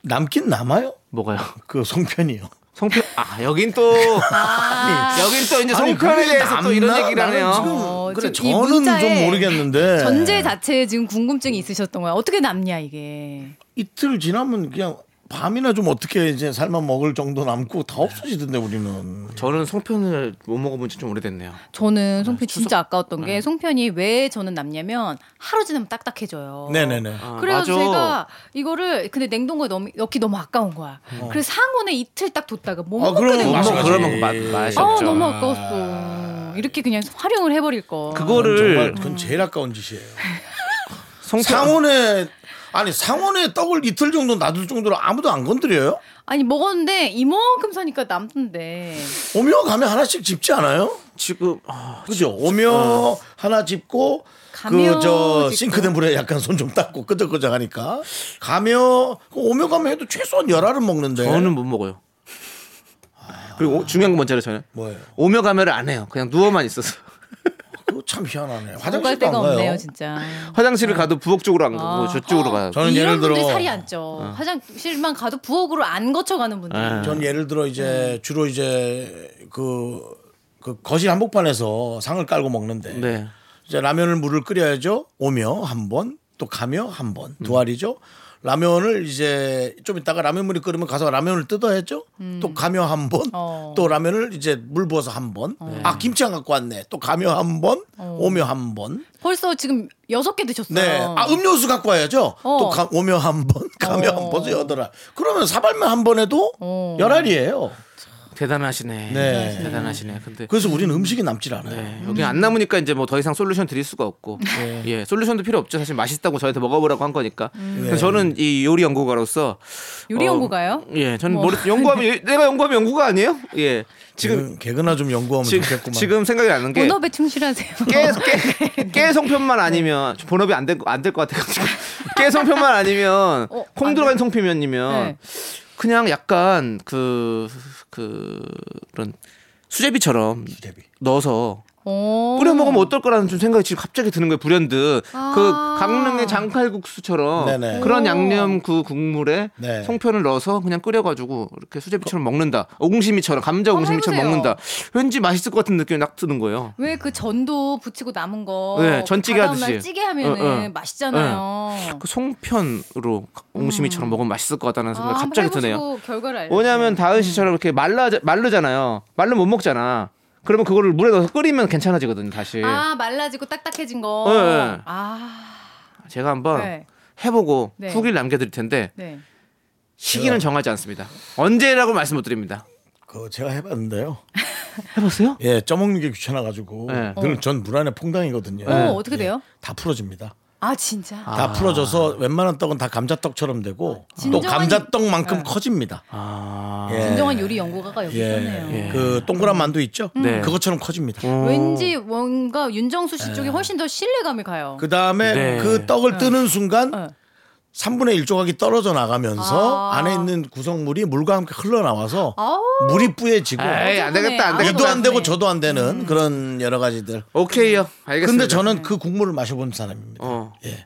B: 남긴 남아요?
C: 뭐가요?
B: 그 송편이요.
C: 송편 아, 여긴 또 여긴 또 이제
B: 아니,
C: 송편에
B: 그게
C: 대해서 또 이런
B: 남나?
C: 얘기를
B: 나는
C: 하네요.
B: 지금
E: 어,
B: 그래
E: 지금 이
B: 저는 좀
E: 문자에
B: 모르겠는데
E: 전제 자체에 지금 궁금증이 있으셨던 거야. 어떻게 남냐 이게.
B: 이틀 지나면 그냥 밤이나 좀 어떻게 이제 살만 먹을 정도 남고 다 없어지던데 우리는
C: 저는 송편을 못 먹어본 지 좀 오래됐네요.
B: 아,
E: 저는 송편 진짜 아까웠던
B: 네.
E: 게 송편이 왜 저는 남냐면 하루 지나면 딱딱해져요.
B: 네네네
C: 아,
E: 그래서
C: 맞아.
E: 제가 이거를 근데 냉동고에 넣, 넣기 너무 아까운 거야.
B: 음.
E: 그래서 상온에 이틀 딱 뒀다가 못
B: 아,
E: 먹게
B: 그럼
E: 된
B: 못
E: 거야.
B: 먹어.
C: 그러면
B: 그러면
C: 맛-
B: 예.
C: 맛이
E: 아
C: 없죠.
E: 너무 아까웠어. 이렇게 그냥 활용을 해버릴 거.
C: 음, 그거를
B: 정말 그건 제일 아까운 짓이에요
C: 송편
B: 상온에 아니 상온에 떡을 이틀 정도 놔둘 정도로 아무도 안 건드려요?
E: 아니 먹었는데 이만큼 사니까 남던데.
B: 오며 가면 하나씩 집지 않아요?
C: 지금 아,
B: 그죠? 오며 하나 집고
E: 가며
B: 그 저
E: 집고.
B: 싱크대 물에 약간 손 좀 닦고 끄적끄적 하니까 가며 그 오며 가면 해도 최소한 열알은 먹는데
C: 저는 못 먹어요. 네. 아. 그리고 오- 중요한 건 뭔지 알아요? 저는
B: 뭐예요?
C: 오며 가며를 안 해요. 그냥 누워만 있어서
B: 그거 참 희한하네.
E: 갈
B: 화장실도 안
E: 데가
B: 가요.
E: 없네요 진짜.
C: 화장실을 가도 부엌 쪽으로 안 가고
E: 아.
C: 저쪽으로 가요.
B: 저는
E: 이런
B: 예를 들어-
E: 분들 살이 안 쪄. 화장실만 가도 부엌으로 안 거쳐가는 분들.
C: 예.
B: 전 예를 들어 이제 주로 이제 그, 그 거실 한복판에서 상을 깔고 먹는데
C: 네.
B: 이제 라면을 물을 끓여야죠. 오며 한 번, 또 가며 한 번, 두 알이죠. 라면을 이제 좀 이따가 라면 물이 끓으면 가서 라면을 뜯어야죠. 또 가며 한 번,
E: 음. 어.
B: 또 라면을 이제 물 부어서 한 번. 아 김치 안 갖고 왔네. 또 가며 한 번, 오며 한 번.
E: 벌써 지금 여섯 개 어. 드셨어요.
B: 네, 아 음료수 갖고 와야죠.
E: 어.
B: 또 가, 오며 한 번, 가며
E: 어.
B: 한 번, 또 여덟 알. 그러면 사발면 한 번 해도
E: 어.
B: 열 알이에요.
C: 네. 대단하시네.
B: 네.
C: 대단하시네. 근데
B: 그래서 우리는 음식이 남질 않아요.
C: 네, 여기 안 남으니까 이제 뭐 더 이상 솔루션 드릴 수가 없고
B: 네.
C: 예 솔루션도 필요 없죠 사실 맛있다고 저한테 먹어보라고 한 거니까 그래서 저는 이 요리 음. 네. 연구가로서
E: 요리
C: 어,
E: 연구가요?
C: 예 저는
E: 뭐.
C: 머리 연구하면 예, 내가 연구하면 연구가 아니에요 예 지금
B: 지금 개그나 좀 연구하면
C: 지금,
B: 좋겠구만.
C: 지금 생각이 나는
B: 네.
C: 게
E: 본업에 충실하세요.
C: 깨깨깨 성편만
E: 네.
C: 아니면 본업이 안 될 안 될 것 같아요 깨 성편만 아니면
E: 어,
C: 콩
E: 안
C: 들어간 성편면이면
E: 네.
C: 그냥 약간 그 그, 그런 수제비처럼
B: 수제비.
C: 넣어서
E: 오.
C: 뿌려 먹으면 어떨 거라는 좀 생각이 지금 갑자기 드는 거예요 불현듯
E: 아.
C: 그 강릉의 장칼국수처럼
B: 네네.
C: 그런
E: 오.
C: 양념 그 국물에
B: 네.
C: 송편을 넣어서 그냥 끓여가지고 이렇게 수제비처럼 먹는다 오공심이처럼 감자
E: 한번
C: 오공심이처럼
E: 해보세요.
C: 먹는다 왠지 맛있을 것 같은 느낌이 딱 드는 거예요
E: 왜 그 전도 부치고 남은 거?
C: 네, 전찌개
E: 그 다음날
C: 하듯이. 어, 네.
E: 찌개 하면은
C: 응, 응.
E: 맛있잖아요.
C: 그 송편으로 오공심이처럼 먹으면 맛있을 것 같다는 생각이
E: 음. 아,
C: 갑자기
E: 한번
C: 드네요
E: 해보시고 결과를 알려.
C: 뭐냐면 다은 씨처럼 이렇게 말라 마르잖아요 말르면 못 먹잖아 그러면 그거를 물에 넣어서 끓이면 괜찮아지거든요 다시
E: 아 말라지고 딱딱해진 거.
C: 네, 어. 네.
E: 아
C: 제가 한번
E: 네.
C: 해보고
E: 네.
C: 후기를 남겨드릴 텐데
E: 네.
C: 시기는 정하지 않습니다. 언제라고 말씀 못 드립니다.
B: 그 제가 해봤는데요.
C: 해봤어요?
B: 예, 쪄먹는 게 귀찮아가지고
C: 네.
B: 늘 전 물 안에 퐁당이거든요.
C: 예.
E: 어 어떻게 돼요?
B: 다 풀어집니다.
E: 아 진짜.
B: 다 풀어져서 웬만한 떡은 다 감자떡처럼 되고 또
E: 진정한-
B: 감자떡만큼
E: 네.
B: 커집니다.
C: 아,
B: 예.
E: 진정한 요리 연구가가 여기 있네요. 음.
B: 예. 그 동그란 만두 있죠?
C: 네.
B: 그것처럼 커집니다.
E: 왠지 뭔가 윤정수 씨 쪽이 훨씬 더 신뢰감이 가요.
B: 네. 그 다음에
C: 네.
B: 그
E: 예.
B: 떡을 뜨는 순간
E: 네.
B: 3분의 1 조각이 떨어져 나가면서
E: 아.
B: 안에 있는 구성물이 물과 함께 흘러나와서
E: 아우.
B: 물이 뿌얘지고
C: 에이, 안 되겠다, 안
E: 아, 음.
C: 되겠다.
B: 얘도 안 되고
E: 그러네.
B: 저도 안 되는 그런 여러 가지들.
C: 오케이요. 알겠습니다.
B: 근데
E: 네.
B: 저는 그 국물을 마셔본 사람입니다.
C: 어.
B: 예.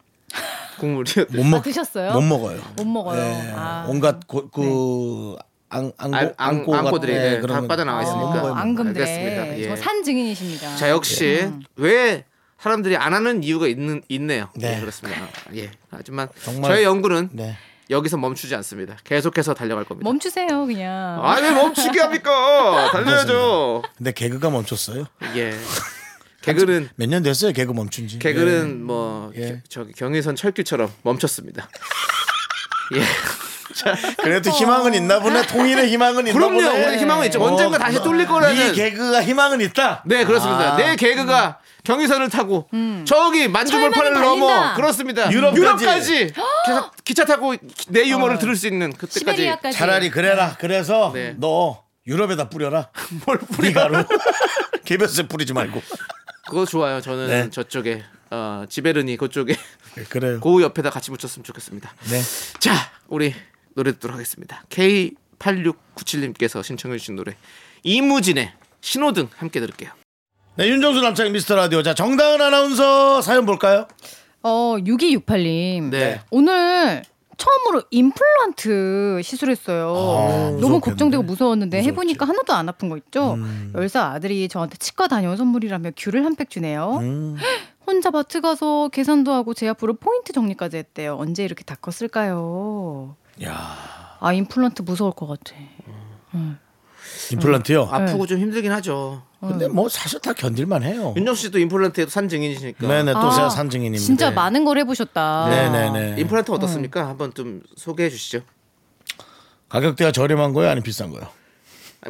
C: 국물이
B: 못 먹.
E: 아, 드셨어요?
B: 못 먹어요.
E: 못 먹어요.
B: 예,
E: 아. 네.
B: 온갖 고, 그 안, 안고,
C: 안- 안-
B: 안고 같은,
C: 안고들이, 네, 다
B: 거.
C: 빠져나와 있으니까.
B: 못 먹어요.
E: 안금대.
C: 알겠습니다. 예.
E: 저산 증인이십니다.
C: 자 역시 왜 사람들이 안 하는 이유가 있는 있네요.
B: 네.
C: 예, 그렇습니다. 예. 하지만
B: 정말-
C: 저의 연구는
B: 네.
C: 여기서 멈추지 않습니다. 계속해서 달려갈 겁니다.
E: 멈추세요 그냥.
C: 뭐- 아왜 멈추게 합니까? 달려야죠.
B: 근데 개그가 멈췄어요.
C: 예. 개그는
B: 몇 년 됐어요 개그 멈춘
C: 네.
B: 지.
C: 개그는 뭐
B: 예.
C: 저기 경의선 철길처럼 멈췄습니다. 예.
B: 예. 그래도 희망은 있나
E: 어.
B: 보네. 통일의 희망은 있나
C: 그럼요.
B: 보네. 어.
C: 우리 희망은 있죠. 언젠가 다시 뚫릴
B: 이
C: 거라는.
B: 개그가 희망은 있다.
C: 네 그렇습니다.
B: 아.
C: 내 개그가 경의선을 타고
E: 음.
C: 저기 만주벌판을
E: 철망이
C: 넘어
E: 달린다.
C: 그렇습니다.
B: 유럽까지.
C: 유럽까지 기차, 기차 타고 내 유머를 들을 수 있는 그때까지
E: 어. 시베리아까지.
B: 차라리 그래라. 그래서
C: 네.
B: 너 유럽에다 뿌려라. 네
C: 뭘 뿌리
B: 뿌리가루. 개별세 뿌리지 말고.
C: 그거 좋아요. 저는
B: 네.
C: 저쪽에 어, 지베르니 그쪽에
B: 그래요.
C: 고우 옆에다 같이 붙였으면 좋겠습니다.
B: 네.
C: 자 우리 노래 듣도록 하겠습니다. K8697님께서 신청해주신 노래 이무진의 신호등 함께 들을게요.
B: 네, 윤정수 남창 미스터 라디오. 자, 정다은 아나운서 사연 볼까요?
E: 어 6268님.
C: 네.
E: 오늘 처음으로 임플란트 시술했어요.
B: 아, 무섭겠네. 음.
E: 너무 걱정되고 무서웠는데 해보니까 하나도 안 아픈 거 있죠. 열사 아들이 저한테 치과 다녀온 선물이라며 귤을 한 팩 주네요.
B: 음.
E: 혼자 밭에 가서 계산도 하고 제 앞으로 포인트 정리까지 했대요. 언제 이렇게 다 컸을까요?
B: 야.
E: 아 임플란트 무서울 것 같아.
B: 임플란트요.
E: 네.
C: 아프고 좀 힘들긴 하죠.
E: 어.
B: 근데 뭐 사실 다 견딜만 해요. 그러니까.
C: 윤정 씨도 임플란트에도 산 증인이시니까.
B: 음. 네네 또
E: 아,
B: 제가 산증인입니다.
E: 진짜 많은 걸 해보셨다.
B: 네네네.
C: 임플란트 어떻습니까? 한번 좀 소개해 주시죠.
B: 가격대가 저렴한 거예요, 아니면 비싼 거예요?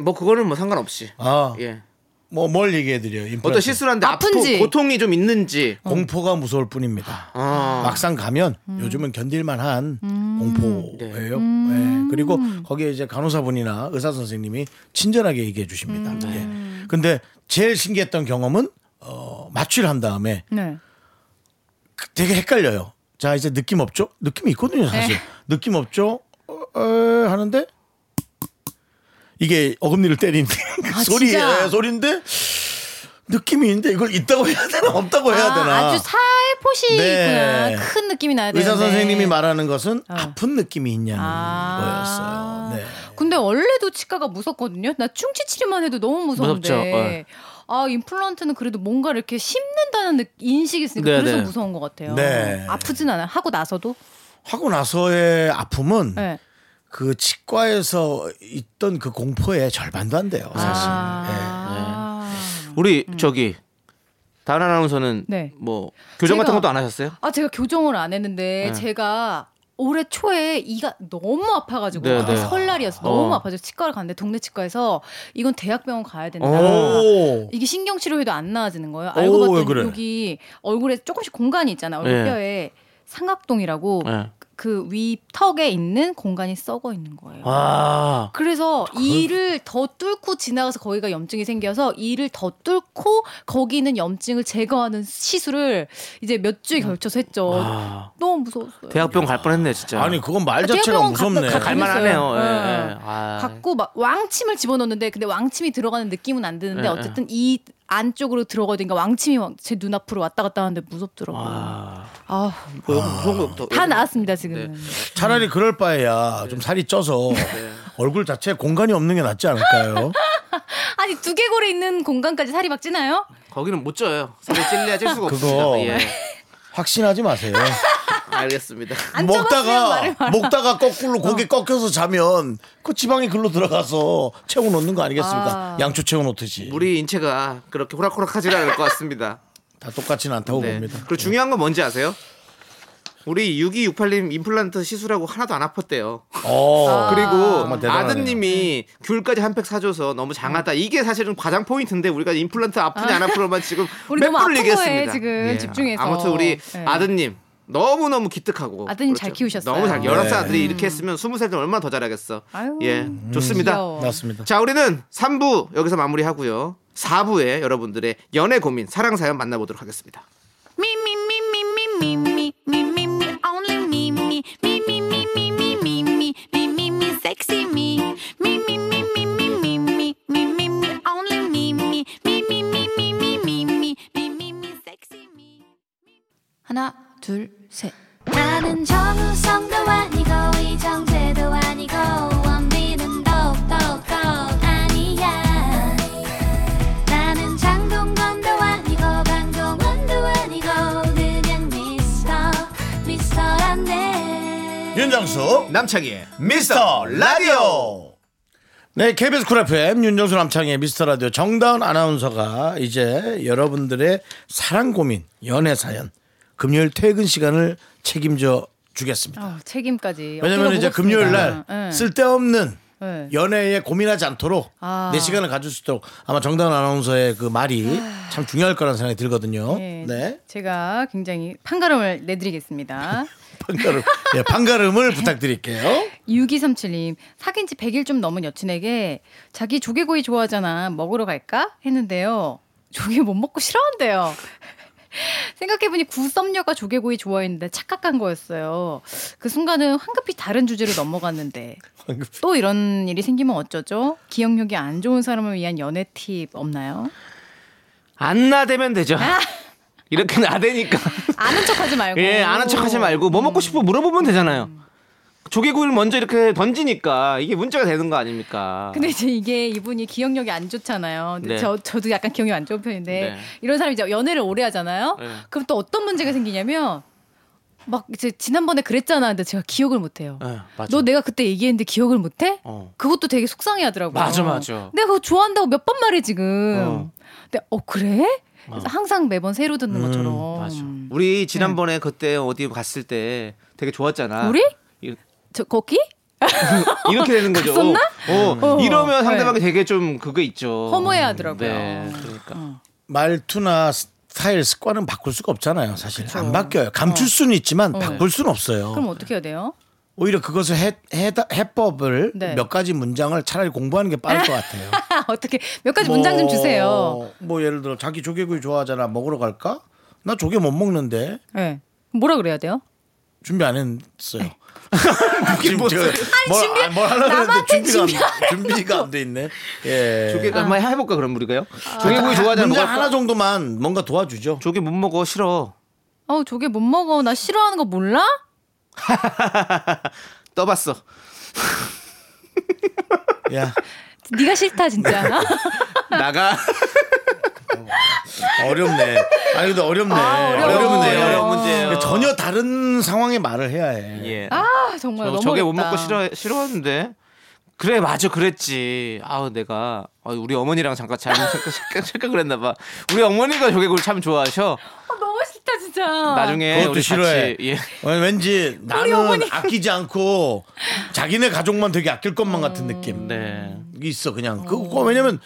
C: 뭐 그거는 뭐 상관없이.
B: 아,
C: 예.
B: 뭐 뭘 얘기해 드려요? 인플루엔서.
C: 어떤 실수를 하는데
E: 아픈지.
C: 아픈지 고통이 좀 있는지
E: 어.
B: 공포가 무서울 뿐입니다.
C: 아.
B: 막상 가면
E: 음.
B: 요즘은 견딜만한 공포예요.
E: 음.
B: 예, 그리고 거기에 이제 간호사분이나 의사 선생님이 친절하게 얘기해 주십니다.
E: 네.
B: 예. 근데 제일 신기했던 경험은 어, 마취를 한 다음에
E: 네.
B: 그- 되게 헷갈려요. 자 이제 느낌 없죠? 느낌이 있거든요 사실.
E: 네.
B: 느낌 없죠? 어, 어, 하는데 이게 어금니를 때리는
E: 아,
B: 소리
E: 진짜?
B: 예, 소리인데 느낌이 있는데 이걸 있다고 해야 되나 없다고 해야 되나?
E: 아, 아주 살포시
B: 네.
E: 있구나. 큰 느낌이 나야 되는데.
B: 의사 선생님이 말하는 것은 아픈 느낌이
C: 음,
B: 있냐는
E: 어. 아.
B: 거였어요. 네.
E: 근데 원래도 치과가 무섭거든요. 나 충치 치료만 해도 너무 무서운데.
C: 무섭죠, 예.
E: 아 인플란트는 그래도 뭔가 이렇게 씹는다는 느- 인식이 있으니까
C: 네,
E: 그래서
C: 네.
E: 무서운 것 같아요.
B: 네.
E: 아프진 않아요. 하고 나서도.
B: 하고 나서의 아픔은
E: 네.
B: 그 치과에서 있던 그 공포의 절반도 안
C: 어,
B: 돼요. 사실.
C: 네,
E: 아.
C: 우리 저기 다른 아나운서는
E: 네.
C: 뭐 교정 같은
E: 제가-
C: 것도 안 하셨어요?
E: 아 제가 교정을 안 했는데
C: 네.
E: 제가 올해 초에 이가 너무 아파가지고
C: 네, 네.
E: 설날이었어 너무
C: 어.
E: 아파서 치과를 갔는데 동네 치과에서 이건 대학병원 가야 된다.
B: 네. 오.
E: 이게 신경 치료해도 안 나아지는 거예요.
B: 오,
E: 알고
B: 어. 왜
E: 봤더니
B: 그래?
E: 여기 얼굴에 조금씩 공간이 있잖아. 얼굴
C: 예.
E: 뼈에 삼각동이라고
C: 네.
E: 그 위 턱에 있는 공간이 썩어 있는 거예요.
C: 아
E: 그래서 이를 더 뚫고 지나가서 거기가 염증이 생겨서 이를 더 뚫고 거기 있는 염증을 제거하는 시술을 이제 몇 주에 걸쳐서 했죠.
C: 아.
E: 너무 무서웠어요.
C: 대학병원 갈 뻔했네 진짜.
B: 아니 그건 말 자체가
E: 대학병원
B: 무섭네.
E: 갔다- 갔다-
C: 갈만하네요. 예,
E: 네.
C: 예. 아.
E: 갖고 막 왕침을 집어넣는데 근데 왕침이 들어가는 느낌은 안 드는데
C: 예,
E: 어쨌든 이 안쪽으로 들어가니까 왕침이 막 제 눈앞으로 왔다 갔다 하는데 무섭더라고요.
C: 아.
E: 아,
C: 뭐 무서운 거부터.
E: 다 나았습니다 지금은.
B: 차라리 그럴 바에야 좀 살이 쪄서 얼굴 자체에 공간이 없는 게 낫지 않을까요?
E: 아니 두개골에 있는 공간까지 살이 막 찌나요?
C: 거기는 못 쪄요. 살이 찔려야 찔 수가
B: 그거-
C: 없습니다. 예.
B: 확신하지 마세요.
C: 알겠습니다.
E: 안 쪄봤으면 어. 말을
B: 먹다가
E: 말아.
B: 먹다가 거꾸로 고개 꺾여서 자면 그 지방이 글로 들어가서 채워 놓는 거 아니겠습니까?
E: 아.
B: 양초 채워 놓듯이.
C: 우리 인체가 그렇게 호락호락하지는 않을 것 같습니다.
B: 다 똑같지는 않다고
C: 네.
B: 봅니다.
C: 그리고 중요한 건 뭔지 아세요? 우리 6268님 임플란트 시술하고 하나도 안 아팠대요.
B: 어. 정말
C: 그리고
B: 대단하네요.
C: 아드님이 귤까지 한 팩 사줘서 너무 장하다.
E: 음.
C: 이게 사실은 과장 포인트인데 우리가 임플란트 아프냐 안 아프냐만 지금
E: 우리
C: 몇
E: 너무
C: 분을
E: 아픈
C: 얘기했습니다.
E: 거예요, 지금 집중해서.
C: 아무튼 우리
E: 네.
C: 아드님 너무 너무 기특하고 그렇죠.
E: 아드님 잘 키우셨어요.
C: 너무 잘.
E: 네.
C: 11살 아들이 이렇게 했으면 20살 때 얼마나 더 잘하겠어.
E: 아유, 음.
C: 예, 좋습니다.
E: 귀여워.
B: 맞습니다.
C: 자, 우리는 3부 여기서 마무리하고요. 4부에 여러분들의 연애 고민, 사랑 사연 만나보도록 하겠습니다.
D: Me, me, me, me, me, me, me, me, me, me, only me, me, me, me, me, me, me, me, me, me, me, me, sexy me. Me, me, me, me, me, me, me, me, me, me, only me, me, me, me, me, me, me, me, me, me, me, me, sexy me.
E: 하나 둘 셋.
F: 나는 정우성도 아니고 이정재도 아니고 원빈은 더욱더 아니야 나는 장동건도 아니고 방종원도 아니고 그냥 미스터 미스터란데
B: 윤정수
C: 남창희의
B: 미스터 라디오. 네, KBS 쿨 FM 윤정수 남창의 미스터 라디오 정다운 아나운서가 이제 여러분들의 사랑 고민, 연애 사연 금요일 퇴근 시간을 책임져 주겠습니다.
E: 어, 책임까지.
B: 왜냐면
E: 어깨가
B: 이제
E: 무겁습니다.
B: 금요일 날
E: 예.
B: 쓸데없는
E: 네.
B: 연애에 고민하지 않도록
E: 아.
B: 내 시간을 가질 수 있도록 아마 정다운 아나운서의 그 말이 참 중요할 거라는 생각이 들거든요.
E: 예,
B: 네.
E: 제가 굉장히 판가름을 내드리겠습니다.
B: 판가름, 예, 판가름을 부탁드릴게요.
E: 6237님, 사귄 지 100일 좀 넘은 여친에게 자기 조개구이 좋아하잖아. 먹으러 갈까? 했는데요. 조개 못 먹고 싫어한대요. 생각해보니 구썸녀가 조개구이 좋아했는데 착각한 거였어요. 그 순간은 황급히 다른 주제로 넘어갔는데 또 이런 일이 생기면 어쩌죠? 기억력이 안 좋은 사람을 위한 연애 팁 없나요? 아,
C: 안 나대면 되죠.
E: 네?
C: 이렇게 나대니까.
E: 아는 척 하지 말고.
C: 예, 아는 척 하지 말고 뭐 먹고 싶어 물어보면 되잖아요.
E: 음.
C: 조개구이를 먼저 이렇게 던지니까 이게 문제가 되는 거 아닙니까?
E: 근데 이제 이게 이분이 기억력이 안 좋잖아요. 근데
C: 네.
E: 저 저도 약간 기억이 안 좋은 편인데
C: 네.
E: 이런 사람이 이제 연애를 오래 하잖아요.
C: 네.
E: 그럼 또 어떤 문제가 생기냐면 막 이제 지난번에 그랬잖아. 근데 제가 기억을 못 해요.
C: 예, 맞아.
E: 너 내가 그때 얘기했는데 기억을 못 해?
C: 어.
E: 그것도 되게 속상해 하더라고요.
C: 맞아, 맞아.
E: 내가 그거 좋아한다고 몇 번 말해 지금.
C: 어. 음,
E: 근데 어 그래? 그래서 항상 매번 새로 듣는 것처럼.
C: 맞아.
E: 네.
C: 우리 지난번에 그때 어디 갔을 때 되게 좋았잖아.
E: 우리?
C: 이-
E: 저 거기?
C: 이렇게 되는 거죠.
E: 갔었나?
C: 어, 어.
E: 어.
C: 이러면 상대방이
E: 네.
C: 되게 좀 그게 있죠.
E: 허무해하더라고요. 어.
C: 네, 그러니까.
B: 말투나 스타일 습관은 바꿀 수가 없잖아요. 사실 안 바뀌어요. 감출 수는 있지만 바꿀 수는 없어요.
E: 그럼 어떻게 해야 돼요?
B: 오히려 그것을 해, 해, 해법을
E: 네.
B: 몇 가지 문장을 차라리 공부하는 게 빠를 것 같아요.
E: 어떻게 몇 가지 문장 좀
B: 뭐,
E: 주세요.
B: 뭐 예를 들어 자기 조개구이 좋아하잖아. 먹으러 갈까? 나 조개 못 먹는데
E: 네. 뭐라 그래야 돼요?
B: 준비 안 했어요. 지금 제가 뭘,
E: 준비-
B: 아, 뭘 하려고 했는데
E: 남한테
B: 준비가 안,
E: 준비하라고.
B: 준비가 안 돼 있네. 예.
C: 조개 한번 해볼까 그럼 우리가요? 조개구이 좋아하잖아.
B: 문장
C: 뭐가
B: 하나 정도만 뭔가 도와주죠.
C: 조개 못 먹어 싫어.
E: 어, 조개 못 먹어. 나 싫어하는 거 몰라?
C: 떠봤어.
B: 야
E: 네가 싫다 진짜.
C: 나가.
B: 어렵네. 아니 근데 어렵네.
E: 어려워.
B: 어려운 문제예요.
C: 어려운 문제예요.
B: 그러니까 전혀 다른 상황에 말을 해야 해.
C: 예.
E: 아, 정말
C: 저,
E: 너무
C: 저게
E: 어렵다.
C: 못 먹고 싫어 싫어하는데. 그래 맞아 그랬지. 아우 내가 아, 우리 어머니랑 잠깐 잘못 잠깐 잠깐 잠깐 그랬나 봐. 우리 어머니가 조개구이 참 좋아하셔.
E: 아, 너무 싫다 진짜.
C: 나중에
B: 그것도
C: 우리
B: 싫어해.
C: 같이 예.
B: 왜- 왠지 나는
E: 어머니.
B: 아끼지 않고 자기네 가족만 되게 아낄 것만 같은 느낌.
C: 네.
B: 있어 그냥. 그거 왜냐면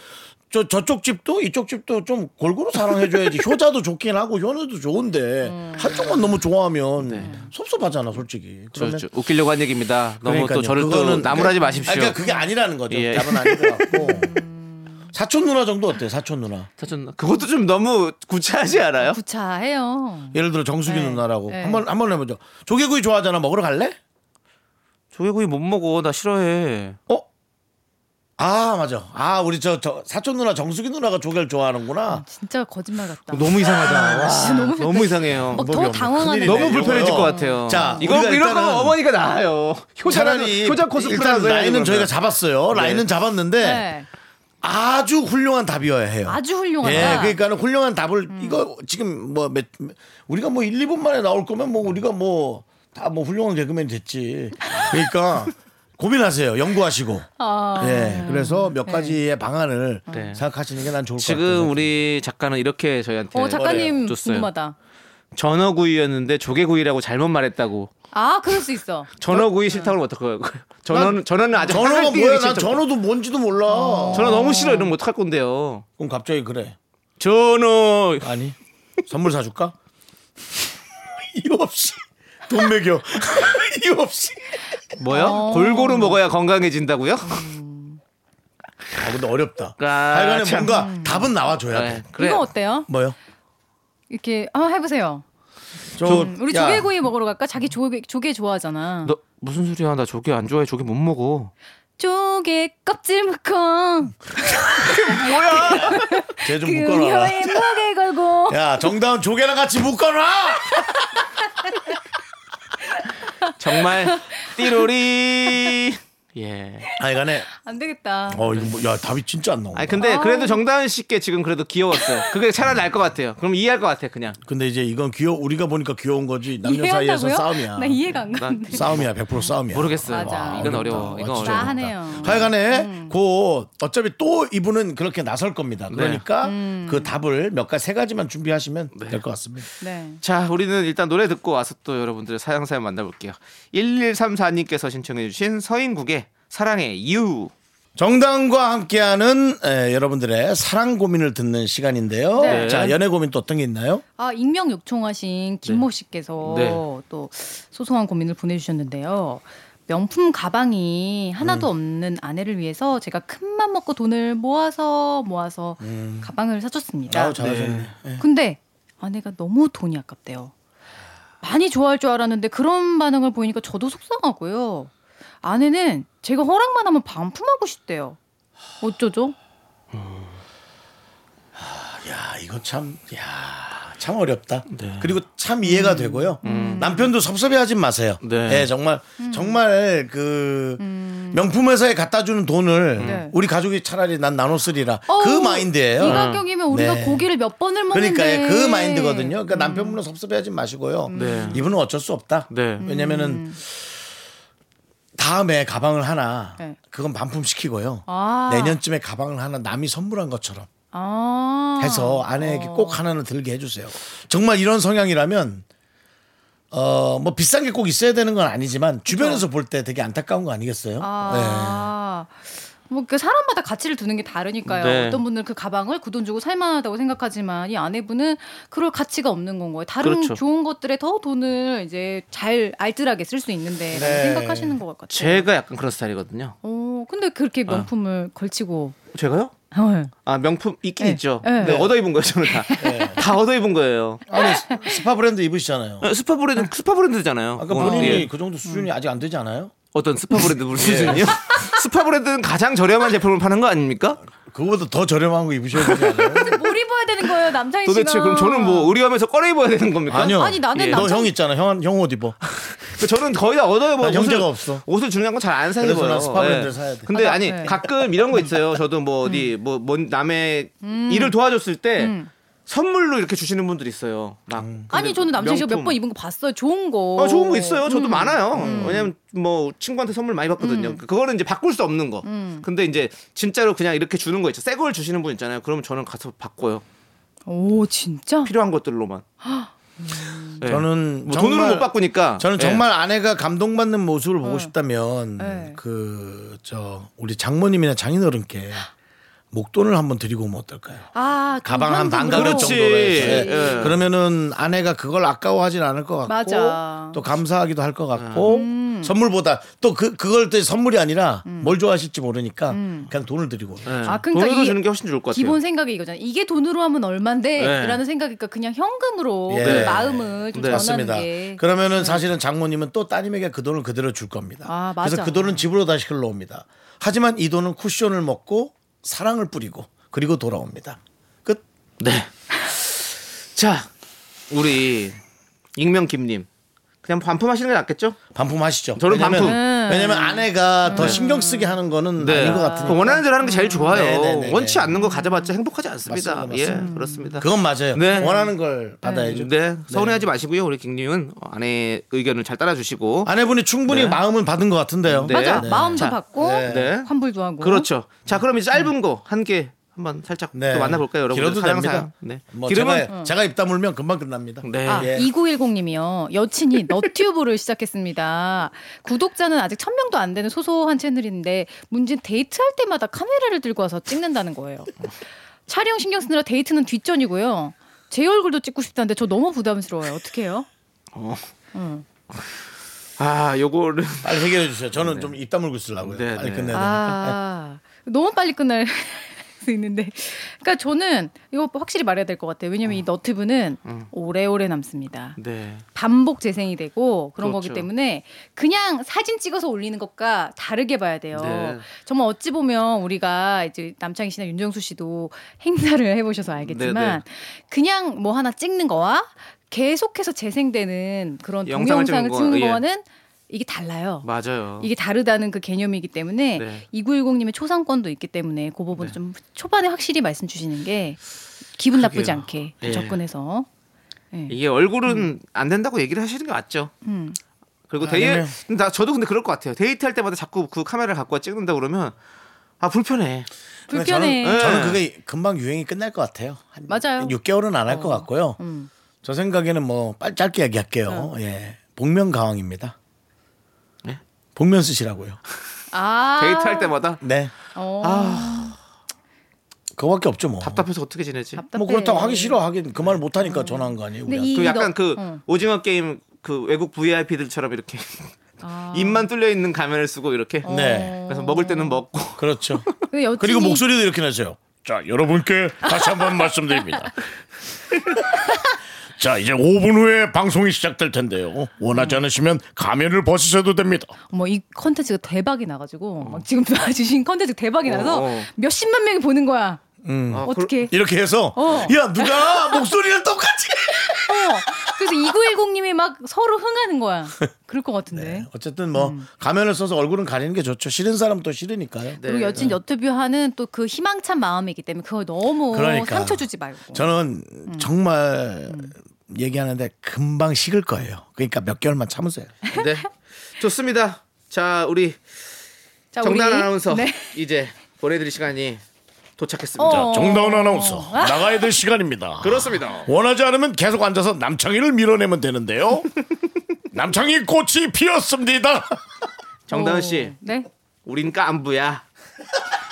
B: 저 저쪽 집도 이쪽 집도 좀 골고루 사랑해줘야지. 효자도 좋긴 하고 효녀도 좋은데
C: 음.
B: 한쪽만 너무 좋아하면 섭섭하잖아 솔직히.
C: 저,
B: 그러면
C: 저 웃기려고 한 얘기입니다. 네. 그렇죠. 너무
B: 그러니까요.
C: 또 저를 또
B: 그거는-
C: 나무라지
B: 그러니까-
C: 마십시오.
B: 아니, 그러니까 그게 아니라는 거죠.
C: 예.
B: 답은 아닌 것 같고. 사촌 누나 정도 어때요? 사촌 누나.
C: 사촌- 그것도 좀 너무 구차하지 않아요?
E: 구차해요.
B: 예를 들어 정수기
E: 네.
B: 누나라고
E: 네.
B: 한번 한번 해보죠. 조개구이 좋아하잖아. 먹으러 갈래?
C: 조개구이 못 먹어. 나 싫어해.
B: 어? 아 맞아. 아 우리 저, 저 사촌 누나 정수기 누나가 조개를 좋아하는구나.
E: 진짜 거짓말 같다.
C: 너무 이상하다. 너무, 이상해요.
E: 막 더 당황하는.
B: 큰일이네.
C: 너무 불편해질
B: 이거요.
C: 것 같아요.
B: 자,
C: 이거
B: 우리가
C: 이런 거면
B: 일단은
C: 어머니가 나아요. 효자라도
B: 차라리
C: 효자 코스프레
B: 일단 라인은 저희가 잡았어요. 라인은 잡았는데
E: 네.
B: 아주 훌륭한 답이어야 해요.
E: 아주 훌륭하다.
B: 예, 그러니까는 훌륭한 답을 이거 지금 뭐 몇, 우리가 뭐 1, 2분 만에 나올 거면 뭐 우리가 뭐 다 뭐 훌륭한 개그맨 됐지. 그러니까 고민하세요. 연구하시고.
E: 아.
B: 예. 그래서 몇 가지의 방안을
C: 네.
B: 생각하시는 게 난 좋을 것 같아요.
C: 지금 우리 작가는 이렇게 저희한테
E: 어 작가님
C: 줬어요.
E: 궁금하다.
C: 전어구이였는데 조개구이라고 잘못 말했다고.
E: 아 그럴 수 있어.
C: 전어구이 싫다고 어떡할 거예요? 전어는 전어는 아주
B: 전어가
C: 하나도
B: 뭐야?
C: 이해하기
B: 난
C: 싫다고.
B: 전어도 뭔지도 몰라.
C: 전어 너무 싫어 이러면 어떡할 건데요?
B: 그럼 갑자기 그래.
C: 전어
B: 아니 선물 사줄까? 이유 없이 돈 매겨. 이유 없이.
C: 뭐요? 골고루 먹어야 건강해진다고요?
B: 아 근데 어렵다.
C: 아,
B: 하여간에
C: 참.
B: 뭔가 답은 나와줘야 돼.
C: 네, 그래.
E: 이거 어때요?
B: 뭐요?
E: 이렇게 한번 해보세요.
B: 저
E: 음, 우리
B: 야,
E: 조개구이 먹으러 갈까? 자기 조개 조개 좋아하잖아.
C: 너 무슨 소리야? 나 조개 안 좋아해. 조개 못 먹어.
E: 조개 껍질 묶어.
B: 쟤좀
E: 그
B: 묶어놔.
E: 녀의 목에 걸고.
B: 야 정다운 조개랑 같이 묶어놔.
C: 정말 띠로리. 예.
B: 하여간에
E: 안 되겠다.
B: 어 이거 뭐야 답이 진짜 안 나와.
C: 아니 근데
E: 어.
C: 그래도 정다은 씨께 지금 그래도 귀여웠어요. 그게 차라리 나을 것 같아요. 그럼 이해할 것 같아 그냥.
B: 근데 이제 이건 귀여 우리가 보니까 귀여운 거지 남녀
E: 이해한다고요?
B: 사이에서 싸움이야.
E: 나 이해가 안
C: 난
E: 가는데.
B: 싸움이야 100% 싸움이야.
C: 모르겠어요.
E: 맞아.
C: 이건 어려워.
B: 어렵다.
C: 이건
B: 아,
C: 어려워.
B: 진짜
E: 나 하네요. 음.
B: 하여간에 곧 어차피 또 이분은 그렇게 나설
C: 네.
B: 겁니다. 그러니까
E: 음.
B: 그 답을 몇 가지 세 가지만 준비하시면 될 것 같습니다.
E: 네.
C: 자, 우리는 일단 노래 듣고 와서 또 여러분들의 사양 사연 만나볼게요. 1134님께서 신청해주신 서인국의 사랑의 이유.
B: 정당과 함께하는 에, 여러분들의 사랑 고민을 듣는 시간인데요.
E: 네.
B: 자 연애 고민 또 어떤 게 있나요?
E: 아 익명
B: 네.
E: 요청하신 김모 씨께서
C: 네.
E: 또 소소한 고민을 보내주셨는데요. 명품 가방이 하나도
B: 음.
E: 없는 아내를 위해서 제가 큰맘 먹고 돈을 모아서 모아서 가방을 사줬습니다.
B: 음. 잘하셨네.
E: 근데 아내가 너무 돈이 아깝대요. 많이 좋아할 줄 알았는데 그런 반응을 보이니까 저도 속상하고요. 아내는 제가 허락만 하면 반품하고 싶대요. 어쩌죠?
B: 야 아, 이거 참야참 어렵다.
C: 네.
B: 그리고 참
E: 음.
B: 이해가 되고요. 남편도 섭섭해하지 마세요.
C: 네.
B: 예, 정말
E: 음.
B: 정말 그 명품 회사에 갖다 주는 돈을
E: 네.
B: 우리 가족이 차라리 난 나눠 쓰리라 그
E: 어우,
B: 마인드예요.
E: 이
C: 음.
E: 가격이면 우리가
B: 네.
E: 고기를 몇 번을 먹는데
B: 그러니까 예,
E: 음.
B: 그 마인드거든요. 그러니까 남편분은 섭섭해하지 마시고요.
C: 네.
B: 이분은 어쩔 수 없다.
C: 네.
E: 음.
B: 왜냐면은 다음에 가방을 하나
E: 네.
B: 그건 반품 시키고요.
E: 아.
B: 내년쯤에 가방을 하나 남이 선물한 것처럼
E: 아. 어.
B: 해서 아내에게 꼭 하나는 들게 해주세요. 정말 이런 성향이라면 어, 뭐 비싼 게 꼭 있어야 되는 건 아니지만 주변에서 볼 때 되게 안타까운 거 아니겠어요?
E: 네. 아. 뭐 그 사람마다 가치를 두는 게 다르니까요.
C: 네.
E: 어떤 분들은 그 가방을 그 돈 주고 살만하다고 생각하지만 이 아내분은 그럴 가치가 없는 건 거예요. 다른
C: 그렇죠.
E: 좋은 것들에 더 돈을 이제 잘 알뜰하게 쓸 수 있는데 라고
B: 네.
E: 생각하시는 것 같아요.
C: 제가 아. 약간 그런 스타일이거든요.
E: 오, 근데 그렇게 명품을 걸치고 어, 네.
C: 제가요?
E: 헐.
C: 아 명품 있긴
E: 네.
C: 있죠.
E: 네.
C: 근데 얻어 입은 거예요, 저는 다. 다 얻어 입은 거예요.
B: 네. 아니 스- 스파 브랜드 입으시잖아요.
C: 어, 스파 브랜드 스파 브랜드잖아요.
B: 아까
C: 그거는.
B: 본인이 네.
C: 예.
B: 그 정도
E: 음.
B: 수준이 아직 안 되지 않아요?
C: 어떤 스파 브랜드 물 수준이요? 스파 브랜드는 가장 저렴한 제품을 파는 거 아닙니까?
B: 그거보다 더 저렴한 거 입으셔야 되지 않아요?
E: 뭘뭐 입어야 되는 거예요, 남자인 씨가?
C: 도대체 그럼 저는 뭐 의류하면서 꺼내 입어야 되는 겁니까?
B: 아니요.
E: 아니, 나는
C: 예.
E: 남자-
B: 너 형 있잖아. 형형옷 입어.
C: 그 저는 거의 다 얻어 입어.
B: 난 형제가 없어.
C: 옷을 중요한 건 잘 안 사입어요.
B: 그래서 난 스파 브랜드를
C: 예.
B: 사야 돼.
C: 근데
E: 아, 나-
C: 아니
E: 네. 음.
C: 가끔 이런 거 있어요. 저도 뭐 어디 뭐, 뭔 남의 일을 도와줬을 때 선물로 이렇게 주시는 분들이 있어요. 막
B: 음.
C: 그
E: 아니 저는 남자 씨가 몇
C: 명품.
E: 번 음. 입은 거 봤어요. 좋은 거.
C: 아, 좋은 거 있어요. 저도 많아요. 왜냐면 뭐 친구한테 선물 많이
E: 음.
C: 받거든요. 그거는 이제 바꿀 수 없는 거. 근데 이제 진짜로 그냥 이렇게 주는 거 있죠. 새 걸 주시는 분 있잖아요. 그러면 저는 가서 바꿔요.
E: 오 진짜?
C: 필요한 것들로만.
E: 음.
C: 네.
B: 저는
C: 뭐
B: 정말-
C: 돈으로 못 바꾸니까.
B: 저는
C: 예.
B: 정말 아내가 감동받는 모습을 보고 싶다면
E: 네.
B: 그 저 우리 장모님이나 장인어른께 목돈을 한번 드리고 오면 어떨까요?
E: 아
B: 가방 한
E: 정상적으로.
B: 반 가격
C: 그렇지.
B: 정도로 해서 네.
C: 예.
B: 그러면은 아내가 그걸 아까워하진 않을 것 같고
E: 맞아. 음.
B: 또 감사하기도 할 것 같고
C: 음.
B: 선물보다 또 그 그걸 또 선물이 아니라 뭘 좋아하실지 모르니까
E: 음.
B: 그냥 돈을 드리고
C: 예.
E: 아, 그러니까
C: 돈으로
E: 이
C: 주는 게 훨씬 좋을 것 같아요.
E: 기본 생각이 이거잖아요. 이게 돈으로 하면 얼만데?
C: 네.
E: 라는 생각이니까 그러니까 그냥 현금으로
B: 예.
E: 그
B: 네.
E: 마음을 좀
C: 네.
E: 전하는
B: 맞습니다.
E: 게. 네.
B: 그러면은 사실은 장모님은 또 따님에게 그 돈을 그대로 줄 겁니다.
E: 아, 맞아.
B: 그래서 그 돈은 집으로 다시 흘러옵니다. 하지만 이 돈은 쿠션을 먹고 사랑을 뿌리고 그리고 돌아옵니다. 끝.
C: 네. 자, 우리 익명 김님. 그냥 반품하시는 게 낫겠죠?
B: 반품하시죠.
C: 저는
B: 왜냐면-
C: 반품.
E: 네.
C: 네.
B: 왜냐면 아내가 더 신경 쓰게 하는 거는 네. 아닌 것 같으니까.
C: 원하는 대로 하는 게 제일 좋아요.
B: 네, 네, 네,
C: 원치
B: 네.
C: 않는 거 가져봤자 행복하지 않습니다.
B: 맞습니다, 맞습니다. 음,
C: 예, 그렇습니다.
B: 그건 맞아요.
C: 네.
B: 원하는 걸 받아야죠.
C: 네, 서운해하지 마시고요. 우리 김님은 어, 아내의 의견을 잘 따라주시고.
B: 아내분이 충분히 마음은 받은 것 같은데요.
C: 네.
E: 맞아.
C: 네.
E: 마음도
C: 자,
E: 받고
B: 네.
C: 네.
E: 환불도 하고.
C: 그렇죠. 자, 그럼 이제 짧은 거 한 개 한번 살짝
B: 음. 네.
C: 또 만나볼까요, 여러분?
B: 길어도 됩니다.
C: 네.
B: 뭐
C: 기름은
B: 제가, 제가 입다 물면 금방 끝납니다.
C: 네.
E: 음. 아,
B: 예.
E: 2910님이요. 여친이 너튜브를 시작했습니다. 구독자는 아직 1000명도 안 되는 소소한 채널인데 문제는 데이트할 때마다 카메라를 들고 와서 찍는다는 거예요. 촬영 신경 쓰느라 데이트는 뒷전이고요. 제 얼굴도 찍고 싶다는데 저 너무 부담스러워요. 어떡해요?
C: 아, 요거를
B: 빨리 해결해 주세요. 저는 좀 입 다물고 있으려고요.
C: 네,
B: 빨리
C: 네.
B: 끝내야 되니까.
E: 아, 너무 빨리 끝날 수 있는데. 그러니까 저는 이거 확실히 말해야 될 것 같아요. 왜냐면
C: 어.
E: 이 너튜브는
C: 음.
E: 오래오래 남습니다.
C: 네.
E: 반복 재생이 되고 그런
C: 그렇죠.
E: 거기 때문에 그냥 사진 찍어서 올리는 것과 다르게 봐야 돼요.
C: 네.
E: 정말 어찌 보면 우리가 이제 남창희 씨나 윤정수 씨도 행사를 해보셔서
C: 네, 네.
E: 알겠지만 그냥 뭐 하나 찍는 거와 계속해서 재생되는 그런
C: 영상을 찍는
E: 동영상을
C: 거와,
E: 찍는
C: 예.
E: 거와는 이게 달라요.
C: 맞아요.
E: 이게 다르다는 그 개념이기 때문에
C: 어. 네.
E: 2910님의 초상권도 있기 때문에 그 부분
C: 네.
E: 을좀 초반에 확실히 말씀 주시는 게 기분 나쁘지
C: 그러게요.
E: 않게
C: 예.
E: 접근해서
C: 이게 얼굴은 안 된다고 얘기를 하시는 게 맞죠.
E: 음.
C: 그리고
B: 아니면- 네,
C: 데이 나 저도 근데 그럴 것 같아요. 데이트할 때마다 자꾸 그 카메라를 갖고 와 찍는다 그러면 아 불편해.
B: 근데
E: 불편해.
B: 저는, 예. 저는
C: 네.
B: 그게 금방 유행이 끝날 것 같아요. 한
E: 맞아요. 어. 음.
B: 6개월은 안 할 것 같고요. 저 생각에는 뭐 빨리 짧게
E: 어.
B: 얘기할게요. 예. 복면 가왕입니다.
C: 네?
B: 복면 쓰시라고요.
E: 아.
C: 데이트할 때마다 뭐.
B: 네.
E: 어.
B: 그거밖에 없죠 뭐.
C: 답답해서 어떻게 지내지?
B: 뭐 그렇다고 하기 싫어 하긴 그 말을 못 하니까 전화한 거 아니에요.
E: 음. 근데
B: 우리한테.
E: 이-
C: 그 약간
E: 이거-
C: 그
E: 어.
C: 오징어 게임 그 외국 VIP들처럼 이렇게
E: 아.
C: 입만 뚫려 있는 가면을 쓰고 이렇게
E: 어.
B: 네.
C: 그래서 먹을 때는 먹고
B: 그렇죠.
E: 그 여친이-
B: 그리고 목소리도 이렇게 나세요. 자, 여러분께 다시 한번 말씀드립니다. 자, 이제 5분 후에 방송이 시작될 텐데요. 원하지
E: 음.
B: 않으시면 가면을 벗으셔도 됩니다.
E: 뭐 이 컨텐츠가 대박이 나가지고 막 지금 봐주신 컨텐츠 대박이 나서
C: 어, 어.
E: 몇십만 명이 보는 거야.
B: 음.
C: 아, 그러-
E: 어떻게?
B: 이렇게 해서
E: 어.
B: 야, 누가 목소리를 똑같이
E: 어. 그래서 2910님이 막 서로 흥하는 거야. 그럴 것 같은데.
B: 어쨌든 뭐
E: 음.
B: 가면을 써서 얼굴은 가리는 게 좋죠. 싫은 사람 또 싫으니까요.
C: 네.
E: 그리고 여친
C: 음.
E: 너튜브 하는 또 그 희망찬 마음이기 때문에 그걸 너무
B: 그러니까.
E: 상처 주지 말고.
B: 저는
E: 음.
B: 정말 얘기하는데 금방 식을 거예요. 그러니까 몇 개월만 참으세요.
C: 네. 좋습니다. 자, 우리
E: 자,
C: 정단
E: 우리-
C: 아나운서
E: 네.
C: 이제 보내 드릴 시간이 도착했습니다.
E: 어. 그렇죠. 자,
B: 정다운 아나운서 나가야 될 시간입니다.
C: 그렇습니다.
B: 원하지 않으면 계속 앉아서 남창희를 밀어내면 되는데요. 남창희 꽃이 피었습니다.
C: 정다은 씨,
E: 오, 네.
C: 우린 깐부야.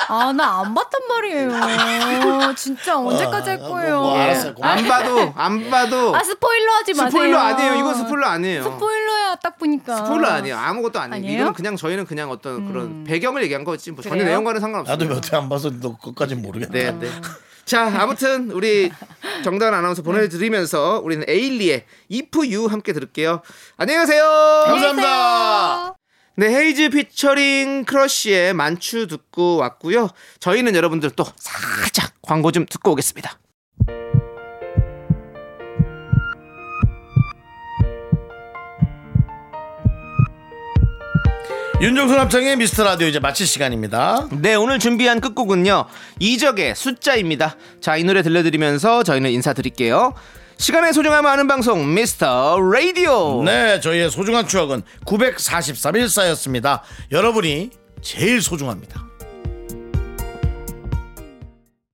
E: 아 나 안 봤단 말이에요. 진짜 언제까지 할 거예요?
B: 뭐 알았어요. 고마워.
C: 안 봐도 안 봐도
E: 아 스포일러 하지 마세요.
C: 스포일러 아니에요. 이건 스포일러 아니에요.
E: 스포일러야 딱 보니까.
C: 스포일러 아니에요. 아무것도 아니에요. 음.
E: 아니에요?
C: 이건 그냥 저희는 그냥 어떤 그런 배경을 얘기한 거지. 뭐 전혀
E: 그래요?
C: 내용과는 상관없어요.
B: 나도 몇 회 안 봐서 너 끝까지 모르겠네.
C: 네, 네. 자, 아무튼 우리 정다은 아나운서 보내드리면서 우리는 에일리의 If You 함께 들을게요. 안녕히 가세요.
B: 감사합니다.
C: 네, 헤이즈 피처링 크러쉬의 만추 듣고 왔고요. 저희는 여러분들 또 살짝 광고 좀 듣고 오겠습니다.
B: 윤종수 남창의 미스터 라디오 이제 마칠 시간입니다.
C: 네, 오늘 준비한 끝곡은요. 이적의 숫자입니다. 자, 이 노래 들려드리면서 저희는 인사드릴게요. 시간의 소중함을 아는 방송 미스터 라디오.
B: 네, 저희의 소중한 추억은 943일 쌓였습니다. 여러분이 제일 소중합니다.